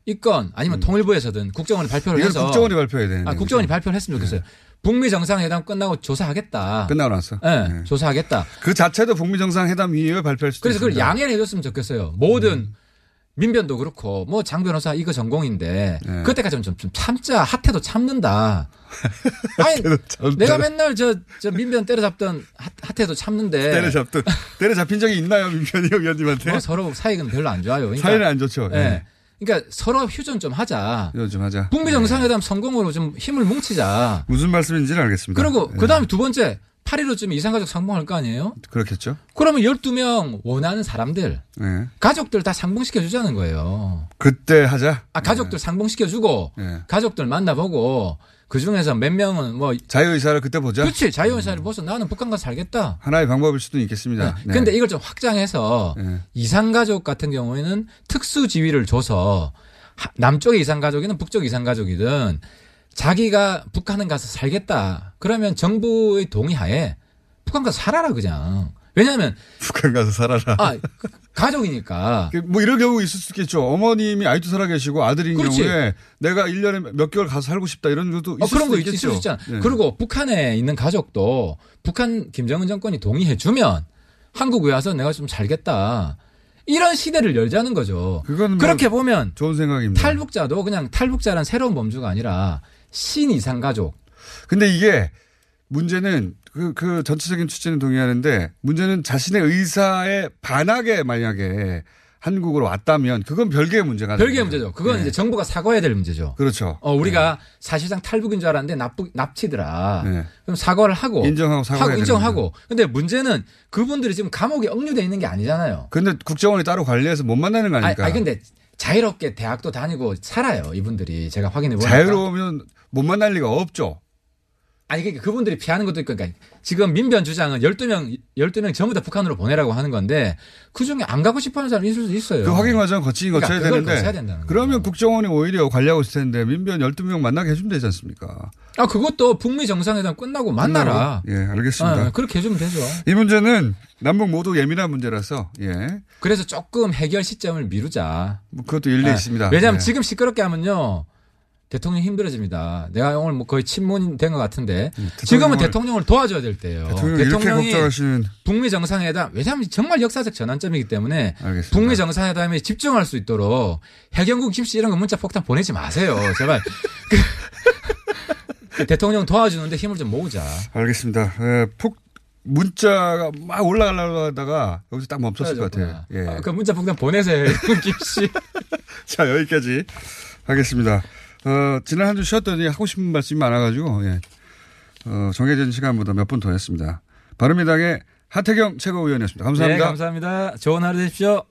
Speaker 7: 이건 아니면 통일부에서든 국정원이
Speaker 6: 음.
Speaker 7: 발표를
Speaker 6: 이건
Speaker 7: 해서
Speaker 6: 국정원이 발표해야 되는데. 네.
Speaker 7: 아, 국정원이 발표를 했으면 좋겠어요. 북미 정상회담 끝나고 조사하겠다.
Speaker 6: 끝나고 나서.
Speaker 7: 예,
Speaker 6: 네.
Speaker 7: 조사하겠다.
Speaker 6: 그 자체도 북미 정상회담 이후에 발표할 수도
Speaker 7: 그래서 그걸
Speaker 6: 있습니다. 네.
Speaker 7: 양해를 해줬으면 좋겠어요. 모든 민변도 그렇고 뭐 장 변호사 이거 전공인데
Speaker 6: 네.
Speaker 7: 그때까지는 좀, 좀 참자 하태도 참는다. 아니 내가 맨날 저, 저 민변 때려잡던 하, 하태도 참는데
Speaker 6: 때려잡던 때려잡힌 적이 있나요, 민변이 의원님한테?
Speaker 7: 뭐 서로 사이는 별로 안 좋아요. 그러니까
Speaker 6: 사이는 안 좋죠.
Speaker 7: 예.
Speaker 6: 예.
Speaker 7: 그러니까 서로 휴전 좀 하자.
Speaker 6: 요즘 하자.
Speaker 7: 북미 정상회담 성공으로 좀 힘을 뭉치자.
Speaker 6: 무슨 말씀인지는 알겠습니다.
Speaker 7: 그리고
Speaker 6: 예.
Speaker 7: 그 다음에 두 번째 8.15쯤 이상가족 상봉할 거 아니에요?
Speaker 6: 그렇겠죠.
Speaker 7: 그러면 12명 원하는 사람들,
Speaker 6: 예.
Speaker 7: 가족들 다 상봉시켜주자는 거예요.
Speaker 6: 그때 하자.
Speaker 7: 아, 가족들 상봉시켜주고,
Speaker 6: 예.
Speaker 7: 가족들 만나보고, 그 중에서 몇 명은 뭐,
Speaker 6: 자유 의사를 그때 보자.
Speaker 7: 그렇지, 자유의사를 벗어 나는 북한 가서 살겠다.
Speaker 6: 하나의 방법일 수도 있겠습니다. 네.
Speaker 7: 근데 이걸 좀 확장해서
Speaker 6: 네.
Speaker 7: 이상가족 같은 경우에는 특수 지위를 줘서 하- 남쪽의 이상가족이든 북쪽 이상가족이든 자기가 북한은 가서 살겠다. 그러면 정부의 동의하에 북한 가서 살아라 그냥. 왜냐하면
Speaker 6: 북한 가서 살아라.
Speaker 7: 아 가족이니까.
Speaker 6: 그, 뭐 이런 경우 있을 수 있겠죠. 어머님이 아이도 살아 계시고 아들인
Speaker 7: 그렇지.
Speaker 6: 경우에 내가 1년에 몇 개월 가서 살고 싶다 이런 것도 있을
Speaker 7: 어, 그런
Speaker 6: 수도
Speaker 7: 거
Speaker 6: 있겠죠.
Speaker 7: 있을 수 있잖아.
Speaker 6: 네.
Speaker 7: 그리고 북한에 있는 가족도 북한 김정은 정권이 동의해주면 한국에 와서 내가 좀 살겠다. 이런 시대를 열자는 거죠.
Speaker 6: 그건 뭐-
Speaker 7: 그렇게 보면
Speaker 6: 좋은 생각입니다.
Speaker 7: 탈북자도 그냥 탈북자란 새로운 범주가 아니라 신이상 가족.
Speaker 6: 근데 이게 문제는 그, 그 전체적인 취지는 동의하는데 문제는 자신의 의사에 반하게 만약에 한국으로 왔다면 그건 별개의 문제가
Speaker 7: 별개의
Speaker 6: 되는 거예요.
Speaker 7: 문제죠. 그건
Speaker 6: 네.
Speaker 7: 이제 정부가 사과해야 될 문제죠.
Speaker 6: 그렇죠.
Speaker 7: 어, 우리가 사실상 탈북인 줄 알았는데 납북, 납치더라.
Speaker 6: 네.
Speaker 7: 그럼 사과를 하고.
Speaker 6: 인정하고 사과해야 되는
Speaker 7: 인정하고. 근데 문제는 그분들이 지금 감옥에 억류돼 있는 게 아니잖아요.
Speaker 6: 근데 국정원이 따로 관리해서 못 만나는 거 아닐까?
Speaker 7: 아, 아 근데 자유롭게 대학도 뭐 다니고 살아요. 이분들이. 제가 확인해 보니까.
Speaker 6: 자유로우면 못 만날 리가 없죠.
Speaker 7: 아니 그러니까 그분들이 피하는 것도 있고 그러니까 지금 민변 주장은 12명 12명 전부 다 북한으로 보내라고 하는 건데 그중에 안 가고 싶어 하는 사람이 있을 수 있어요.
Speaker 6: 그 확인 과정 거치긴
Speaker 7: 그러니까
Speaker 6: 거쳐야
Speaker 7: 그걸 거쳐야
Speaker 6: 되는데
Speaker 7: 된다는
Speaker 6: 그러면 국정원이 오히려 관리하고 있을 텐데 민변 12명 만나게 해주면 되지 않습니까?
Speaker 7: 아 그것도 북미 정상회담 끝나고 만나라.
Speaker 6: 예, 알겠습니다.
Speaker 7: 아, 그렇게 해주면 되죠.
Speaker 6: 이 문제는 남북 모두 예민한 문제라서 예.
Speaker 7: 그래서 조금 해결 시점을 미루자.
Speaker 6: 뭐 그것도 일리
Speaker 7: 네.
Speaker 6: 있습니다.
Speaker 7: 왜냐하면
Speaker 6: 예.
Speaker 7: 지금 시끄럽게 하면요. 대통령 이 힘들어집니다. 내가 오늘 뭐 거의 친문된 것 같은데
Speaker 6: 음, 대통령을-
Speaker 7: 지금은 대통령을 도와줘야 될 때예요.
Speaker 10: 어,
Speaker 6: 대통령 이렇게 걱정하시는
Speaker 7: 북미 정상회담 왜냐하면 정말 역사적 전환점이기 때문에
Speaker 6: 알겠습니다.
Speaker 7: 북미 정상회담에 집중할 수 있도록 해경국 김씨 이런 거 문자 폭탄 보내지 마세요. 제발 그- 그 대통령 도와주는데 힘을 좀 모으자.
Speaker 6: 알겠습니다. 예, 폭 문자가 막 올라가려고 하다가 여기서 딱 멈췄을 것 같아요. 예.
Speaker 7: 아, 그 문자 폭탄 보내세요, 해경국 김씨.
Speaker 6: 자 여기까지 하겠습니다. 어, 지난 한 주 쉬었더니 하고 싶은 말씀이 많아가지고 예. 어, 정해진 시간보다 몇 분 더 했습니다. 바른미당의 하태경
Speaker 11: 네,
Speaker 6: 최고위원이었습니다. 감사합니다.
Speaker 11: 감사합니다. 좋은 하루 되십시오.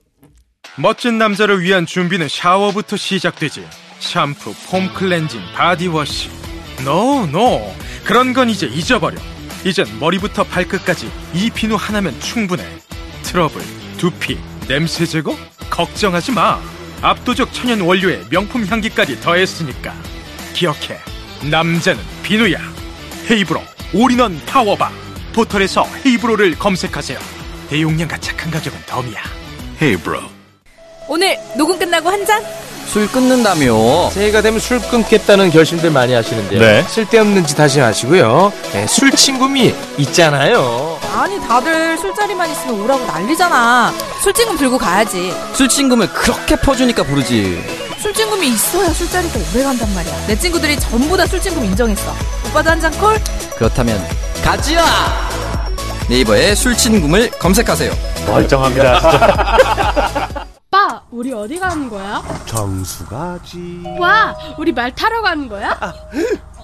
Speaker 12: 멋진 남자를 위한 준비는 샤워부터 시작되지. 샴푸, 폼 클렌징, 바디워시. 노, 노. 그런 건 이제 잊어버려. 이젠 머리부터 발끝까지 이 비누 하나면 충분해. 트러블, 두피, 냄새 제거? 걱정하지 마. 압도적 천연 원료에 명품 향기까지 더했으니까. 기억해. 남자는 비누야. 헤이브로 올인원 파워바. 포털에서 헤이브로를 검색하세요. 대용량과 착한 가격은 덤이야. 헤이브로.
Speaker 13: 오늘 녹음 끝나고 한 잔?
Speaker 14: 술 끊는다며 새해가 되면 술 끊겠다는 결심들 많이 하시는데
Speaker 15: 네.
Speaker 14: 쓸데없는 짓 하지 마시고요 네, 술 친구미 있잖아요
Speaker 13: 아니 다들 술자리만 있으면 오라고 난리잖아. 술친금 들고 가야지.
Speaker 15: 술 친구면 그렇게 퍼주니까 부르지
Speaker 13: 술친금이 있어야 술자리가 오래 간단 말이야. 내 친구들이 전부 다 술친금 인정했어. 오빠도 한 잔 콜?
Speaker 15: 그렇다면 가지야 네이버에 술 친구를 검색하세요 멀쩡합니다
Speaker 4: 오빠, 우리 어디 가는 거야?
Speaker 16: 정수가지
Speaker 4: 와, 우리 말 타러 가는 거야?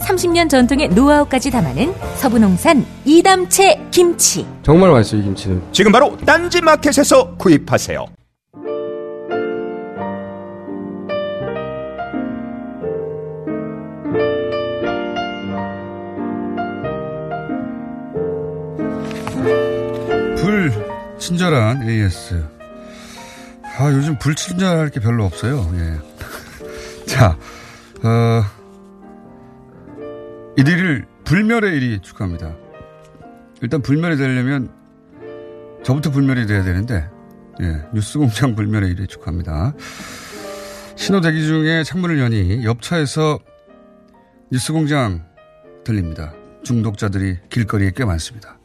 Speaker 17: 30년 전통의 노하우까지 담아낸 서부농산 이담채 김치.
Speaker 10: 정말 맛있어요, 이 김치는.
Speaker 18: 지금 바로 딴지 마켓에서 구입하세요.
Speaker 6: 불친절한 AS. 아, 요즘 불친절할 게 별로 없어요. 예. 자, 어, 1위를 불멸의 일이 축하합니다. 일단 불멸이 되려면 저부터 불멸이 돼야 되는데, 예, 뉴스공장 불멸의 일이 축하합니다. 신호 대기 중에 창문을 여니 옆차에서 뉴스공장 들립니다. 중독자들이 길거리에 꽤 많습니다.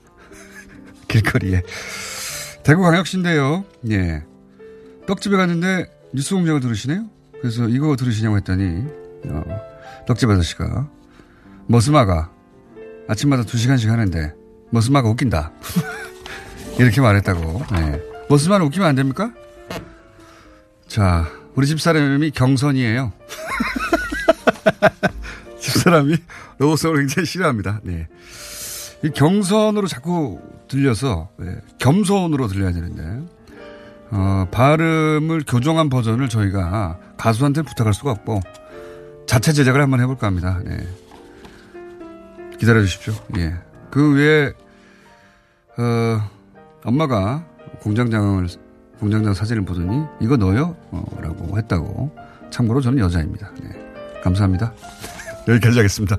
Speaker 6: 길거리에. 대구광역시인데요. 예. 떡집에 갔는데 뉴스 공장을 들으시네요. 그래서 이거 들으시냐고 했더니 어, 떡집 아저씨가 머스마가 아침마다 두 시간씩 하는데 머스마가 웃긴다. 이렇게 말했다고. 예. 머스마는 웃기면 안 됩니까? 자, 우리 집사람이 경선이에요. 집사람이 로봇성을 굉장히 싫어합니다. 네. 이 경선으로 자꾸 들려서 예, 겸손으로 들려야 되는데 어, 발음을 교정한 버전을 저희가 가수한테 부탁할 수가 없고 자체 제작을 한번 해볼까 합니다. 네. 기다려 주십시오. 예. 그 외에 어, 엄마가 공장장을 공장장 사진을 보더니 이거 넣어요? 어, 라고 했다고. 참고로 저는 여자입니다. 네. 감사합니다. 여기까지 하겠습니다.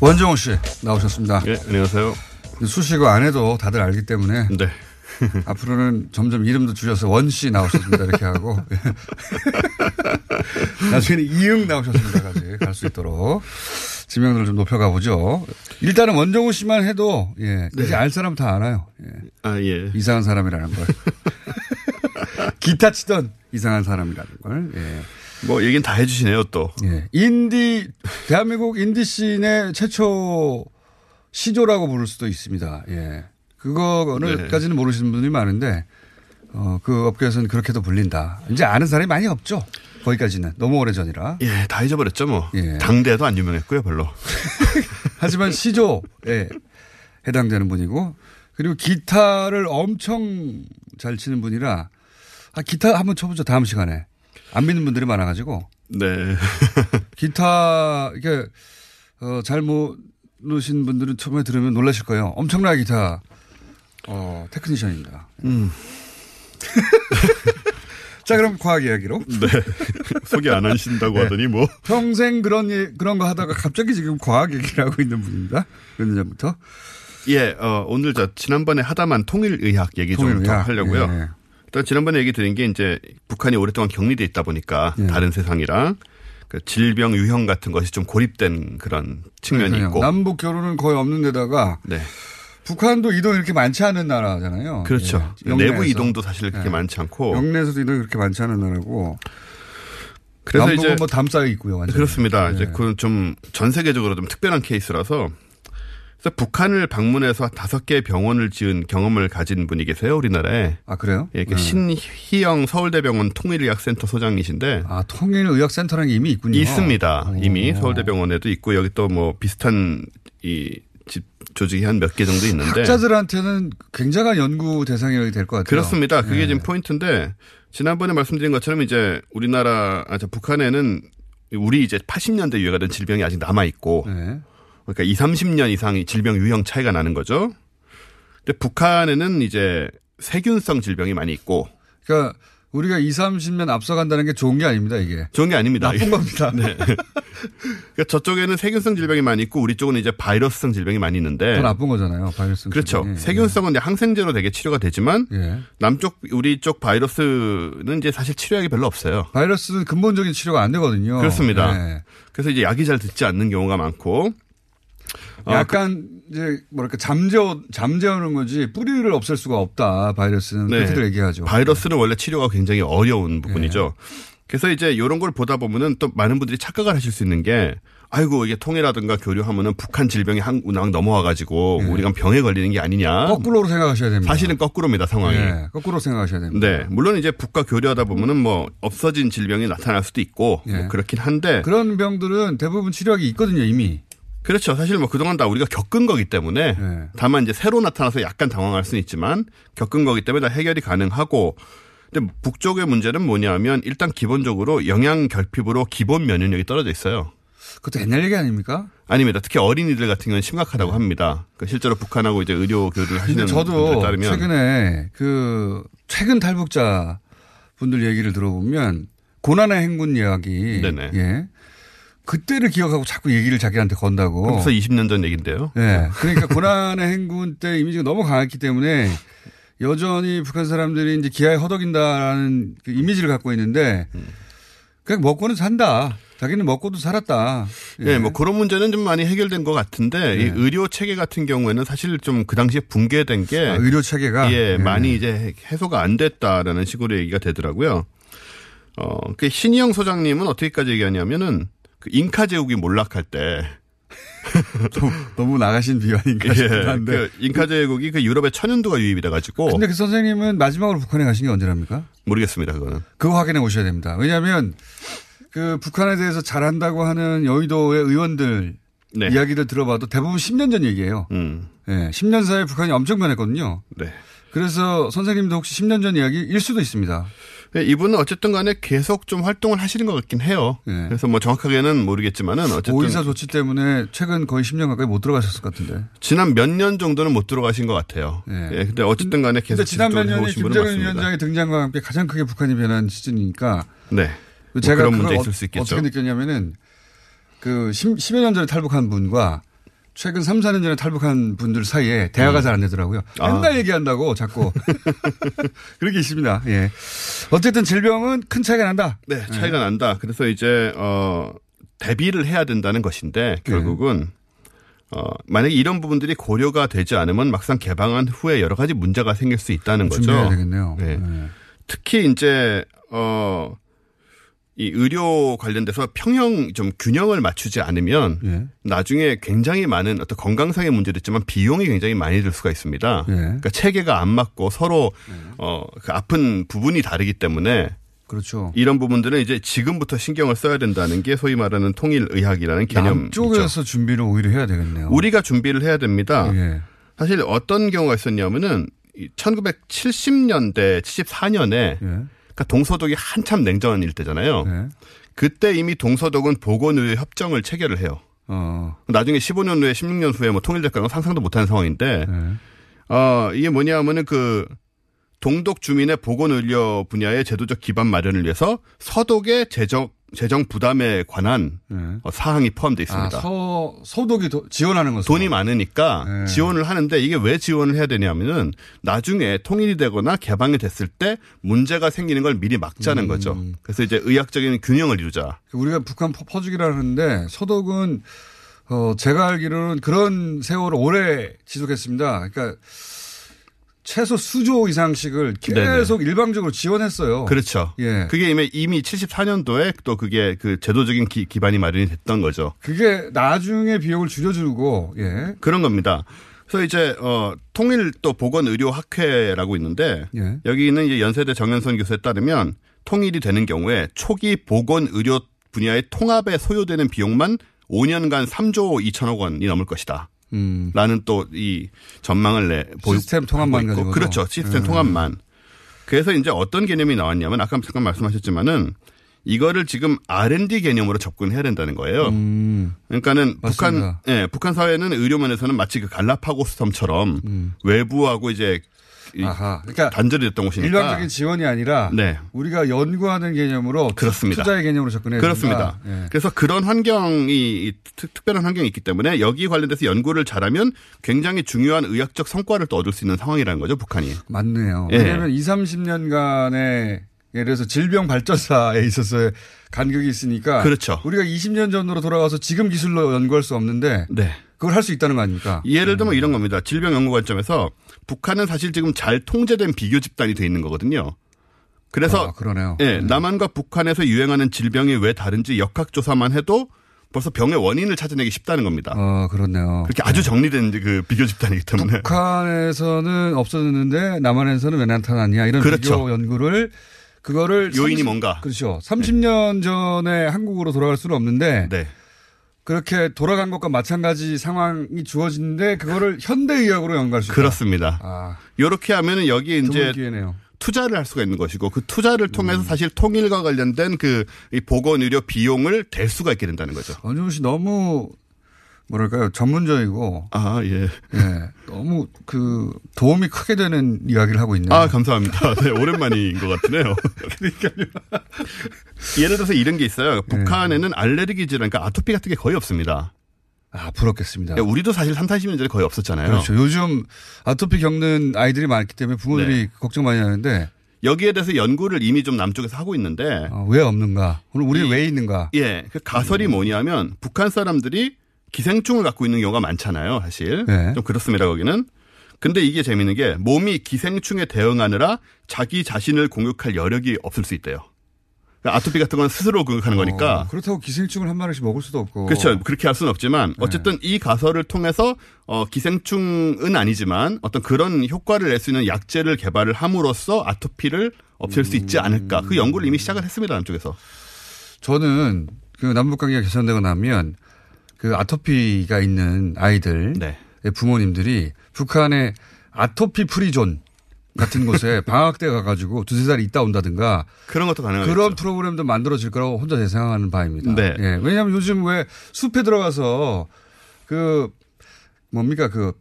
Speaker 6: 원정호 씨 나오셨습니다.
Speaker 12: 예, 안녕하세요.
Speaker 6: 수식어 안 해도 다들 알기 때문에
Speaker 12: 네.
Speaker 6: 앞으로는 점점 이름도 줄여서 원 씨 나오셨습니다 이렇게 하고 나중에는 이응 나오셨습니다까지 갈 수 있도록 지명도를 좀 높여가 보죠. 일단은 원정호 씨만 해도 예, 이제 알 사람 다 알아요. 예.
Speaker 12: 아, 예.
Speaker 6: 이상한 사람이라는 걸 기타 치던 이상한 사람이라는 걸. 예.
Speaker 12: 뭐 얘기는 다 해주시네요 또.
Speaker 6: 예. 인디 대한민국 인디 씬의 최초 시조라고 부를 수도 있습니다. 예.
Speaker 12: 네.
Speaker 6: 그거까지는 모르시는 분이 많은데 어, 그 업계에서는 그렇게도 불린다. 이제 아는 사람이 많이 없죠. 거기까지는 너무 오래 전이라.
Speaker 12: 예, 다 잊어버렸죠 뭐. 당대도 안 유명했고요 별로.
Speaker 6: 하지만 시조에 예, 해당되는 분이고 그리고 기타를 엄청 잘 치는 분이라 아, 기타 한번 쳐보죠 다음 시간에 안 믿는 분들이 많아가지고
Speaker 12: 네.
Speaker 6: 기타 이게 어, 잘 모르신 분들은 처음에 들으면 놀라실 거예요. 엄청난 기타 어, 테크니션입니다.
Speaker 12: 음.
Speaker 6: 자 그럼 과학 이야기로
Speaker 12: 네. 소개 안 하신다고 하더니 뭐.
Speaker 6: 평생 그런 일- 그런 거 하다가 갑자기 지금 과학 얘기를 하고 있는 분입니다. 몇 년부터?
Speaker 12: 예, 어, 오늘 저 지난번에 하다만 통일의학 얘기 좀 더
Speaker 6: 통일의학,
Speaker 12: 하려고요.
Speaker 6: 예.
Speaker 12: 일단 지난번에 얘기 드린 게 이제 북한이 오랫동안 격리돼 있다 보니까 다른 세상이랑 그 질병 유형 같은 것이 좀 고립된 그런 측면이
Speaker 6: 그러니까요.
Speaker 12: 있고.
Speaker 6: 남북 교류는 거의 없는 데다가
Speaker 12: 네.
Speaker 6: 북한도 이동이 이렇게 많지 않은 나라잖아요.
Speaker 12: 그렇죠.
Speaker 6: 예.
Speaker 12: 내부
Speaker 6: 영내에서.
Speaker 12: 이동도 사실 그렇게
Speaker 6: 예.
Speaker 12: 많지 않고.
Speaker 6: 영내에서도 이동이 그렇게 많지 않은 나라고.
Speaker 12: 그래서
Speaker 6: 남북은
Speaker 12: 이제
Speaker 6: 뭐 담쌓여 있고요. 완전히.
Speaker 12: 네, 그렇습니다.
Speaker 6: 예.
Speaker 12: 이제 그건 좀 전 세계적으로 좀 특별한 케이스라서 그래서 북한을 방문해서 다섯 개 병원을 지은 경험을 가진 분이 계세요 우리나라에.
Speaker 6: 아 그래요?
Speaker 12: 예,
Speaker 6: 네.
Speaker 12: 그 신희영 서울대병원 통일의학센터 소장이신데.
Speaker 6: 아 통일의학센터라는 게 이미 있군요.
Speaker 12: 있습니다. 이미 서울대병원에도 있고 여기 또 뭐 비슷한 이 집 조직이 한 몇 개 정도 있는데.
Speaker 6: 학자들한테는 굉장한 연구 대상이 될 것 같아요.
Speaker 12: 그렇습니다. 그게
Speaker 6: 예.
Speaker 12: 지금 포인트인데 지난번에 말씀드린 것처럼 이제 우리나라 아, 저 북한에는 우리 이제 80년대 유행하던 질병이 아직 남아 있고
Speaker 6: 네.
Speaker 12: 그러니까 2, 30년 이상이 질병 유형 차이가 나는 거죠. 근데 북한에는 이제 세균성 질병이 많이 있고
Speaker 6: 그러니까 우리가 2, 30년 앞서간다는 게 좋은 게 아닙니다, 이게.
Speaker 12: 좋은 게 아닙니다.
Speaker 6: 나쁜 겁니다.
Speaker 12: 네. 그러니까 저쪽에는 세균성 질병이 많이 있고 우리 쪽은 이제 바이러스성 질병이 많이 있는데
Speaker 6: 더 나쁜 네. 거잖아요, 바이러스.
Speaker 12: 그렇죠. 세균성은 이제 항생제로 되게 치료가 되지만
Speaker 6: 예.
Speaker 12: 남쪽 우리 쪽 바이러스는 이제 사실 치료약이 별로 없어요.
Speaker 6: 바이러스는 근본적인 치료가 안 되거든요.
Speaker 12: 그렇습니다.
Speaker 6: 예.
Speaker 12: 그래서 이제 약이 잘 듣지 않는 경우가 많고 어,
Speaker 6: 약간 이제 뭐랄까 잠재워 잠재우는 거지 뿌리를 없앨 수가 없다 바이러스는
Speaker 12: 네.
Speaker 6: 그렇게들 얘기하죠. 네.
Speaker 12: 바이러스는 원래 치료가 굉장히 어려운 부분이죠. 그래서 이제 이런 걸 보다 보면은 또 많은 분들이 착각을 하실 수 있는 게 아이고 이게 통일하든가 교류하면은 북한 질병이 한국 넘어와 가지고 우리가 병에 걸리는 게 아니냐.
Speaker 6: 네. 거꾸로 생각하셔야 됩니다.
Speaker 12: 사실은 거꾸로입니다 뭐 상황이.
Speaker 6: 예, 거꾸로 생각하셔야 됩니다.
Speaker 12: 네, 물론 이제 북과 교류하다 보면은 뭐 없어진 질병이 나타날 수도 있고 뭐
Speaker 6: 예.
Speaker 12: 그렇긴 한데
Speaker 6: 그런 병들은 대부분 치료약이 있거든요 이미.
Speaker 12: 그렇죠. 사실 뭐 그동안 다 우리가 겪은 거기 때문에
Speaker 6: 네.
Speaker 12: 다만 이제 새로 나타나서 약간 당황할 수는 있지만 겪은 거기 때문에 다 해결이 가능하고 근데 북쪽의 문제는 뭐냐면 일단 기본적으로 영양 결핍으로 기본 면역력이 떨어져 있어요.
Speaker 6: 그것도 옛날 얘기 아닙니까?
Speaker 12: 아닙니다. 특히 어린이들 같은 경우는 심각하다고 합니다. 그 실제로 북한하고 이제 의료 교류를
Speaker 6: 네. 아, 근데
Speaker 12: 하시는 분들에
Speaker 6: 저도
Speaker 12: 따르면
Speaker 6: 최근에 그 최근 탈북자 분들 얘기를 들어보면 고난의 행군 이야기.
Speaker 12: 네네.
Speaker 6: 예. 그때를 기억하고 자꾸 얘기를 자기한테 건다고.
Speaker 12: 벌써 20년 전 얘긴데요.
Speaker 6: 예. 그러니까 고난의 행군 때 이미지가 너무 강했기 때문에 여전히 북한 사람들이 이제 기아에 허덕인다라는 그 이미지를 갖고 있는데 그냥 먹고는 산다. 자기는 먹고도 살았다.
Speaker 12: 예, 뭐 그런 문제는 좀 많이 해결된 것 같은데
Speaker 6: 예.
Speaker 12: 이 의료 체계 같은 경우에는 사실 좀 그 당시에 붕괴된 게
Speaker 6: 아, 의료 체계가?
Speaker 12: 예,
Speaker 6: 예.
Speaker 12: 많이 이제 해소가 안 됐다라는 식으로 얘기가 되더라고요. 어, 그 신희영 소장님은 어떻게까지 얘기하냐면은 그 잉카 제국이 몰락할 때
Speaker 6: 너무 나가신 비관인가 싶긴 한데.
Speaker 12: 그 잉카 제국이 그 유럽에 천연두가 유입이 돼가지고
Speaker 6: 네. 근데 그 선생님은 마지막으로 북한에 가신 게 언제랍니까?
Speaker 12: 모르겠습니다 그거는.
Speaker 6: 그거 확인해 오셔야 됩니다. 왜냐하면 그 북한에 대해서 잘한다고 하는 여의도의 의원들
Speaker 12: 네.
Speaker 6: 이야기를 들어봐도 대부분 10년 전 얘기예요.
Speaker 12: 음.
Speaker 6: 예, 10년 사이에 북한이 엄청 변했거든요.
Speaker 12: 네.
Speaker 6: 그래서 선생님도 혹시 10년 전 이야기일 수도 있습니다.
Speaker 12: 예, 이분은 어쨌든 간에 계속 좀 활동을 하시는 것 같긴 해요. 그래서 뭐 정확하게는 모르겠지만은 어쨌든
Speaker 6: 예. 오이사 조치 때문에 최근 거의 10년 가까이 못 들어가셨을 것 같은데.
Speaker 12: 지난 몇 년 정도는 못 들어가신 것 같아요. 예. 근데 어쨌든 간에 계속
Speaker 6: 근데 지난 몇
Speaker 12: 집중을
Speaker 6: 년이
Speaker 12: 해오신 분은
Speaker 6: 김정은
Speaker 12: 맞습니다.
Speaker 6: 위원장의 등장과 함께 가장 크게 북한이 변한 시즌이니까.
Speaker 12: 네. 뭐
Speaker 6: 제가
Speaker 12: 그런
Speaker 6: 그걸
Speaker 12: 문제
Speaker 6: 어-
Speaker 12: 있을 수 있겠죠.
Speaker 6: 어떻게 느꼈냐면은 그 10, 여년 전에 탈북한 분과 최근 3, 4년 전에 탈북한 분들 사이에 대화가 잘 안 되더라고요.
Speaker 12: 아.
Speaker 6: 맨날 얘기한다고 자꾸. 그렇게 있습니다. 예. 어쨌든 질병은 큰 차이가 난다.
Speaker 12: 네, 차이가 난다. 그래서 이제 어 대비를 해야 된다는 것인데 결국은 어 만약에 이런 부분들이 고려가 되지 않으면 막상 개방한 후에 여러 가지 문제가 생길 수 있다는 거죠.
Speaker 6: 준비해야 되겠네요.
Speaker 12: 네. 특히 이제 어. 이 의료 관련돼서 평형 좀 균형을 맞추지 않으면
Speaker 6: 예.
Speaker 12: 나중에 굉장히 많은 어떤 건강상의 문제도 있지만 비용이 굉장히 많이 들 수가
Speaker 6: 예.
Speaker 12: 있습니다. 그러니까 체계가 안 맞고 서로 어그 아픈 부분이 다르기 때문에
Speaker 6: 그렇죠.
Speaker 12: 이런 부분들은 이제 지금부터 신경을 써야 된다는 게 소위 말하는 통일 의학이라는 개념.
Speaker 6: 쪽에서 예. 준비를 오히려 해야 되겠네요.
Speaker 12: 우리가 준비를 해야 됩니다. 사실 어떤 경우가 있었냐면은 1970년대
Speaker 6: 예.
Speaker 12: 74년에 그러니까 동서독이 한참 냉전일 때잖아요. 그때 이미 동서독은 보건의회 협정을 체결을 해요.
Speaker 6: 어.
Speaker 12: 나중에 15년 후에 16년 후에 뭐 통일될 거는 상상도 못하는 상황인데 어 이게 뭐냐 하면은 그 동독 주민의 보건의료 분야의 제도적 기반 마련을 위해서 서독의 재정 재정 부담에 관한 어, 사항이 포함되어 있습니다.
Speaker 6: 네. 아, 서, 서독이 네. 도- 지원하는 거죠.
Speaker 12: 돈이 많으니까 지원을 하는데 이게 왜 지원을 해야 되냐면은 나중에 통일이 되거나 개방이 됐을 때 문제가 생기는 걸 미리
Speaker 6: 음.
Speaker 12: 막자는 거죠. 그래서 이제 의학적인 균형을 이루자.
Speaker 6: 그 우리가 북한 퍼- 퍼주기라 하는데 서독은 어 제가 알기로는 그런 세월을 오래 지속했습니다. 그러니까 최소 수조 이상씩을 계속 일방적으로 지원했어요.
Speaker 12: 그렇죠.
Speaker 6: 예.
Speaker 12: 그게 이미, 이미 74년도에 또 그게 그 제도적인 기, 기반이 마련이 됐던 거죠.
Speaker 6: 그게 나중에 비용을 줄여주고 예.
Speaker 12: 그런 겁니다. 그래서 이제 어 통일 또 보건 의료 학회라고 있는데
Speaker 6: 예.
Speaker 12: 여기 있는 이제 연세대 정현선 교수에 따르면 통일이 되는 경우에 초기 보건 의료 분야의 통합에 소요되는 비용만 5년간 3조 2천억 원이 넘을 것이다.
Speaker 6: 음.
Speaker 12: 라는 또 이 전망을 내 보이고
Speaker 6: 시스템 통합만
Speaker 12: 있고.
Speaker 6: 가지고도.
Speaker 12: 그렇죠 시스템
Speaker 6: 예.
Speaker 12: 통합만 그래서 이제 어떤 개념이 나왔냐면 아까 잠깐 말씀하셨지만은 이거를 지금 R&D 개념으로 접근해야 된다는 거예요.
Speaker 6: 음.
Speaker 12: 그러니까는 북한
Speaker 6: 맞습니다.
Speaker 12: 예, 북한 사회는 의료면에서는 마치 그 갈라파고스 섬처럼
Speaker 6: 음.
Speaker 12: 외부하고 이제 이 단절이 됐던 곳이니까
Speaker 6: 그러니까 일방적인 지원이 아니라
Speaker 12: 네.
Speaker 6: 우리가 연구하는 개념으로
Speaker 12: 그렇습니다.
Speaker 6: 투자의 개념으로 접근해야
Speaker 12: 그렇습니다.
Speaker 6: 된다. 네, 예.
Speaker 12: 그래서 그런 환경이 이 특, 특별한 환경이 있기 때문에 여기 관련돼서 연구를 잘하면 굉장히 중요한 의학적 성과를 또 얻을 수 있는 상황이라는 거죠, 북한이.
Speaker 6: 맞네요.
Speaker 12: 예.
Speaker 6: 왜냐하면 20, 30년간의 예를 들어서 질병 발전사에 있어서의 간격이 있으니까
Speaker 12: 그렇죠.
Speaker 6: 우리가 20년 전으로 돌아가서 지금 기술로 연구할 수 없는데 그걸 할 수 있다는 거 아닙니까?
Speaker 12: 네. 예를 들면 이런 겁니다. 질병 연구 관점에서 북한은 사실 지금 잘 통제된 비교 집단이 돼 있는 거거든요.
Speaker 6: 아,
Speaker 12: 그래서
Speaker 6: 그러네요.
Speaker 12: 예, 남한과 북한에서 유행하는 질병이 왜 다른지 역학조사만 해도 벌써 병의 원인을 찾아내기 쉽다는 겁니다.
Speaker 6: 어, 그렇네요.
Speaker 12: 그렇게 아주 정리된 이제 그 비교 집단이기 때문에.
Speaker 6: 북한에서는 없어졌는데 남한에서는 왜 나타났냐 이런
Speaker 12: 그렇죠.
Speaker 6: 비교 연구를 그거를
Speaker 12: 요인이
Speaker 6: 30
Speaker 12: 뭔가. 예.
Speaker 6: 그렇죠. 30년 전에 한국으로 돌아갈 수는 없는데
Speaker 12: 그, 네.
Speaker 6: 그렇게 돌아간 것과 마찬가지 상황이 주어지는데 그거를 현대 의학으로 연구할 수 있다. 아,
Speaker 12: 그렇습니다. 아. 이렇게 하면은 여기에 이제
Speaker 6: 드문 기회네요.
Speaker 12: 투자를 할 수가 있는 것이고 그 투자를 통해서 사실 통일과 관련된 그 이 보건 의료 비용을 댈 수가 있게 된다는 거죠.
Speaker 6: 원준 씨 너무 뭐랄까요 전문적이고
Speaker 12: 아 예.
Speaker 6: 너무 그 도움이 크게 되는 이야기를 하고 있네요.
Speaker 12: 아, 감사합니다. 네, 오랜만인 것 같으네요. 네. 예를 들어서 이런 게 있어요. 북한에는 알레르기 질환, 그러니까 아토피 같은 게 거의 없습니다.
Speaker 6: 아, 부럽겠습니다.
Speaker 12: 예, 우리도 사실 3, 40년 전에 거의 없었잖아요.
Speaker 6: 그렇죠. 요즘 아토피 겪는 아이들이 많기 때문에 부모들이
Speaker 12: 네.
Speaker 6: 걱정 많이 하는데
Speaker 12: 여기에 대해서 연구를 이미 좀 남쪽에서 하고 있는데
Speaker 6: 아, 왜 없는가? 오늘 우리 왜 있는가?
Speaker 12: 예, 그
Speaker 6: 음.
Speaker 12: 가설이 뭐냐면 북한 사람들이 기생충을 갖고 있는 경우가 많잖아요, 사실.
Speaker 6: 네.
Speaker 12: 좀 그렇습니다, 거기는. 근데 이게 재밌는 게 몸이 기생충에 대응하느라 자기 자신을 공격할 여력이 없을 수 있대요. 그러니까 아토피 같은 건 스스로 공격하는 거니까
Speaker 6: 어, 그렇다고 기생충을 한 마리씩 먹을 수도 없고.
Speaker 12: 그렇죠. 그렇게 할 수는 없지만 어쨌든 이 가설을 통해서 어, 기생충은 아니지만 어떤 그런 효과를 낼 수 있는 약제를 개발을 함으로써 아토피를 없앨 수 있지 않을까. 그 연구를 이미 시작을 했습니다. 남쪽에서.
Speaker 6: 저는 그 남북 관계가 개선되고 나면 그 아토피가 있는
Speaker 12: 네.
Speaker 6: 아이들 의 예, 부모님들이 북한의 아토피 프리존 같은 곳에 방학 때 가가지고 두세 달 있다 온다든가
Speaker 12: 그런 것도 가능하죠.
Speaker 6: 그런 프로그램도 만들어질 거라고 혼자 예상하는 바입니다.
Speaker 12: 그렇죠. 네.
Speaker 6: 예, 왜냐하면 요즘 왜 숲에 들어가서 그 뭡니까 그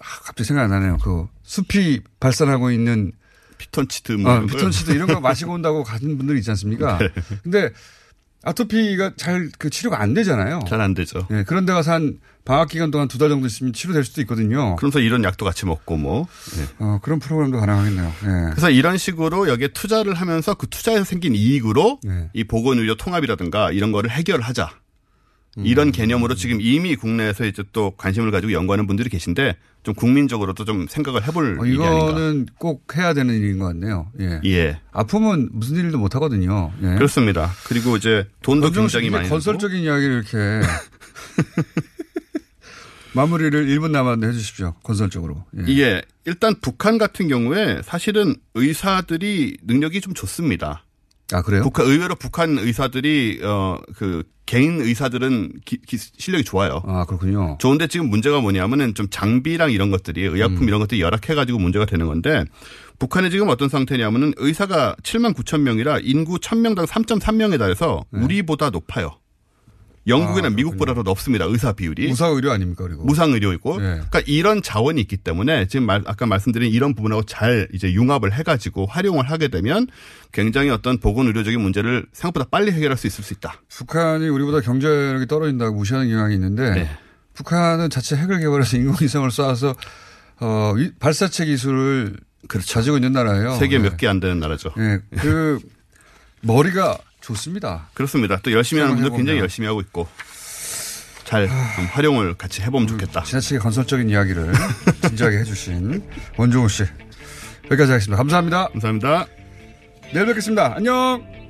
Speaker 6: 아, 갑자기 생각 안 나네요. 그 숲이 발산하고 있는
Speaker 12: 아,
Speaker 6: 아,
Speaker 12: 피톤치드 음. 네.
Speaker 6: 뭐 피톤치드 이런 거 마시고 온다고 가는 분들 있지 않습니까? 근데 아토피가 잘 그 치료가 안 되잖아요.
Speaker 12: 잘 안 되죠.
Speaker 6: 예, 그런데 가서 한 방학 기간 동안 두 달 정도 있으면 치료될 수도 있거든요.
Speaker 12: 그러면서 이런 약도 같이 먹고 뭐. 예.
Speaker 6: 어, 그런 프로그램도 가능하겠네요. 예.
Speaker 12: 그래서 이런 식으로 여기에 투자를 하면서 그 투자에서 생긴 이익으로
Speaker 6: 네.
Speaker 12: 이 보건의료 통합이라든가 이런 거를 해결하자.
Speaker 6: 음.
Speaker 12: 이런 개념으로 지금 이미 국내에서 이제 또 관심을 가지고 연구하는 분들이 계신데 좀 국민적으로도 좀 생각을 해볼
Speaker 6: 어,
Speaker 12: 일이 아닌가.
Speaker 6: 이거는 꼭 해야 되는 일인 것 같네요. 예.
Speaker 12: 예.
Speaker 6: 아프면 무슨 일도 못 하거든요. 예.
Speaker 12: 그렇습니다. 그리고 이제 돈도
Speaker 6: 권정우
Speaker 12: 굉장히
Speaker 6: 씨는
Speaker 12: 많이
Speaker 6: 건설적인 이야기를 이렇게 마무리를 1분 남았는데 해주십시오. 건설적으로. 예.
Speaker 12: 이게 일단 북한 같은 경우에 사실은 의사들이 능력이 좀 좋습니다.
Speaker 6: 아 그래요?
Speaker 12: 북한 의외로 북한 의사들이 어 그 개인 의사들은 기- 기- 실력이 좋아요.
Speaker 6: 아 그렇군요.
Speaker 12: 좋은데 지금 문제가 뭐냐면은 좀 장비랑 이런 것들이 의약품 이런 것들이 열악해가지고 문제가 되는 건데 북한이 지금 어떤 상태냐면은 의사가 7만 9천 명이라 인구 1,000명당 3.3명에 달해서 우리보다 높아요. 영국이나 미국보다 더 높습니다. 의사 비율이.
Speaker 6: 무사 의료 아닙니까 그리고?
Speaker 12: 무상 의료이고,
Speaker 6: 예.
Speaker 12: 그러니까 이런 자원이 있기 때문에 지금 말, 아까 말씀드린 이런 부분하고 잘 이제 융합을 해가지고 활용을 하게 되면 굉장히 어떤 보건 의료적인 문제를 생각보다 빨리 해결할 수 있을 수 있다.
Speaker 6: 북한이 우리보다 경제력이 떨어진다고 무시하는 경향이 있는데
Speaker 12: 네.
Speaker 6: 북한은 자체 핵을 개발해서 인공위성을 쏴서 어, 위- 발사체 기술을 가지고 있는 나라예요.
Speaker 12: 그렇죠. 세계
Speaker 6: 예.
Speaker 12: 몇 개 안 되는 나라죠.
Speaker 6: 예, 그 머리가 좋습니다.
Speaker 12: 그렇습니다. 또 열심히 하는 분들
Speaker 6: 해보면.
Speaker 12: 굉장히 열심히 하고 있고 잘 좀 활용을 같이 해보면 좋겠다.
Speaker 6: 음, 지나치게 건설적인 이야기를 진지하게 해주신 원종우 씨 여기까지 하겠습니다. 감사합니다.
Speaker 12: 감사합니다.
Speaker 6: 내일 뵙겠습니다. 안녕.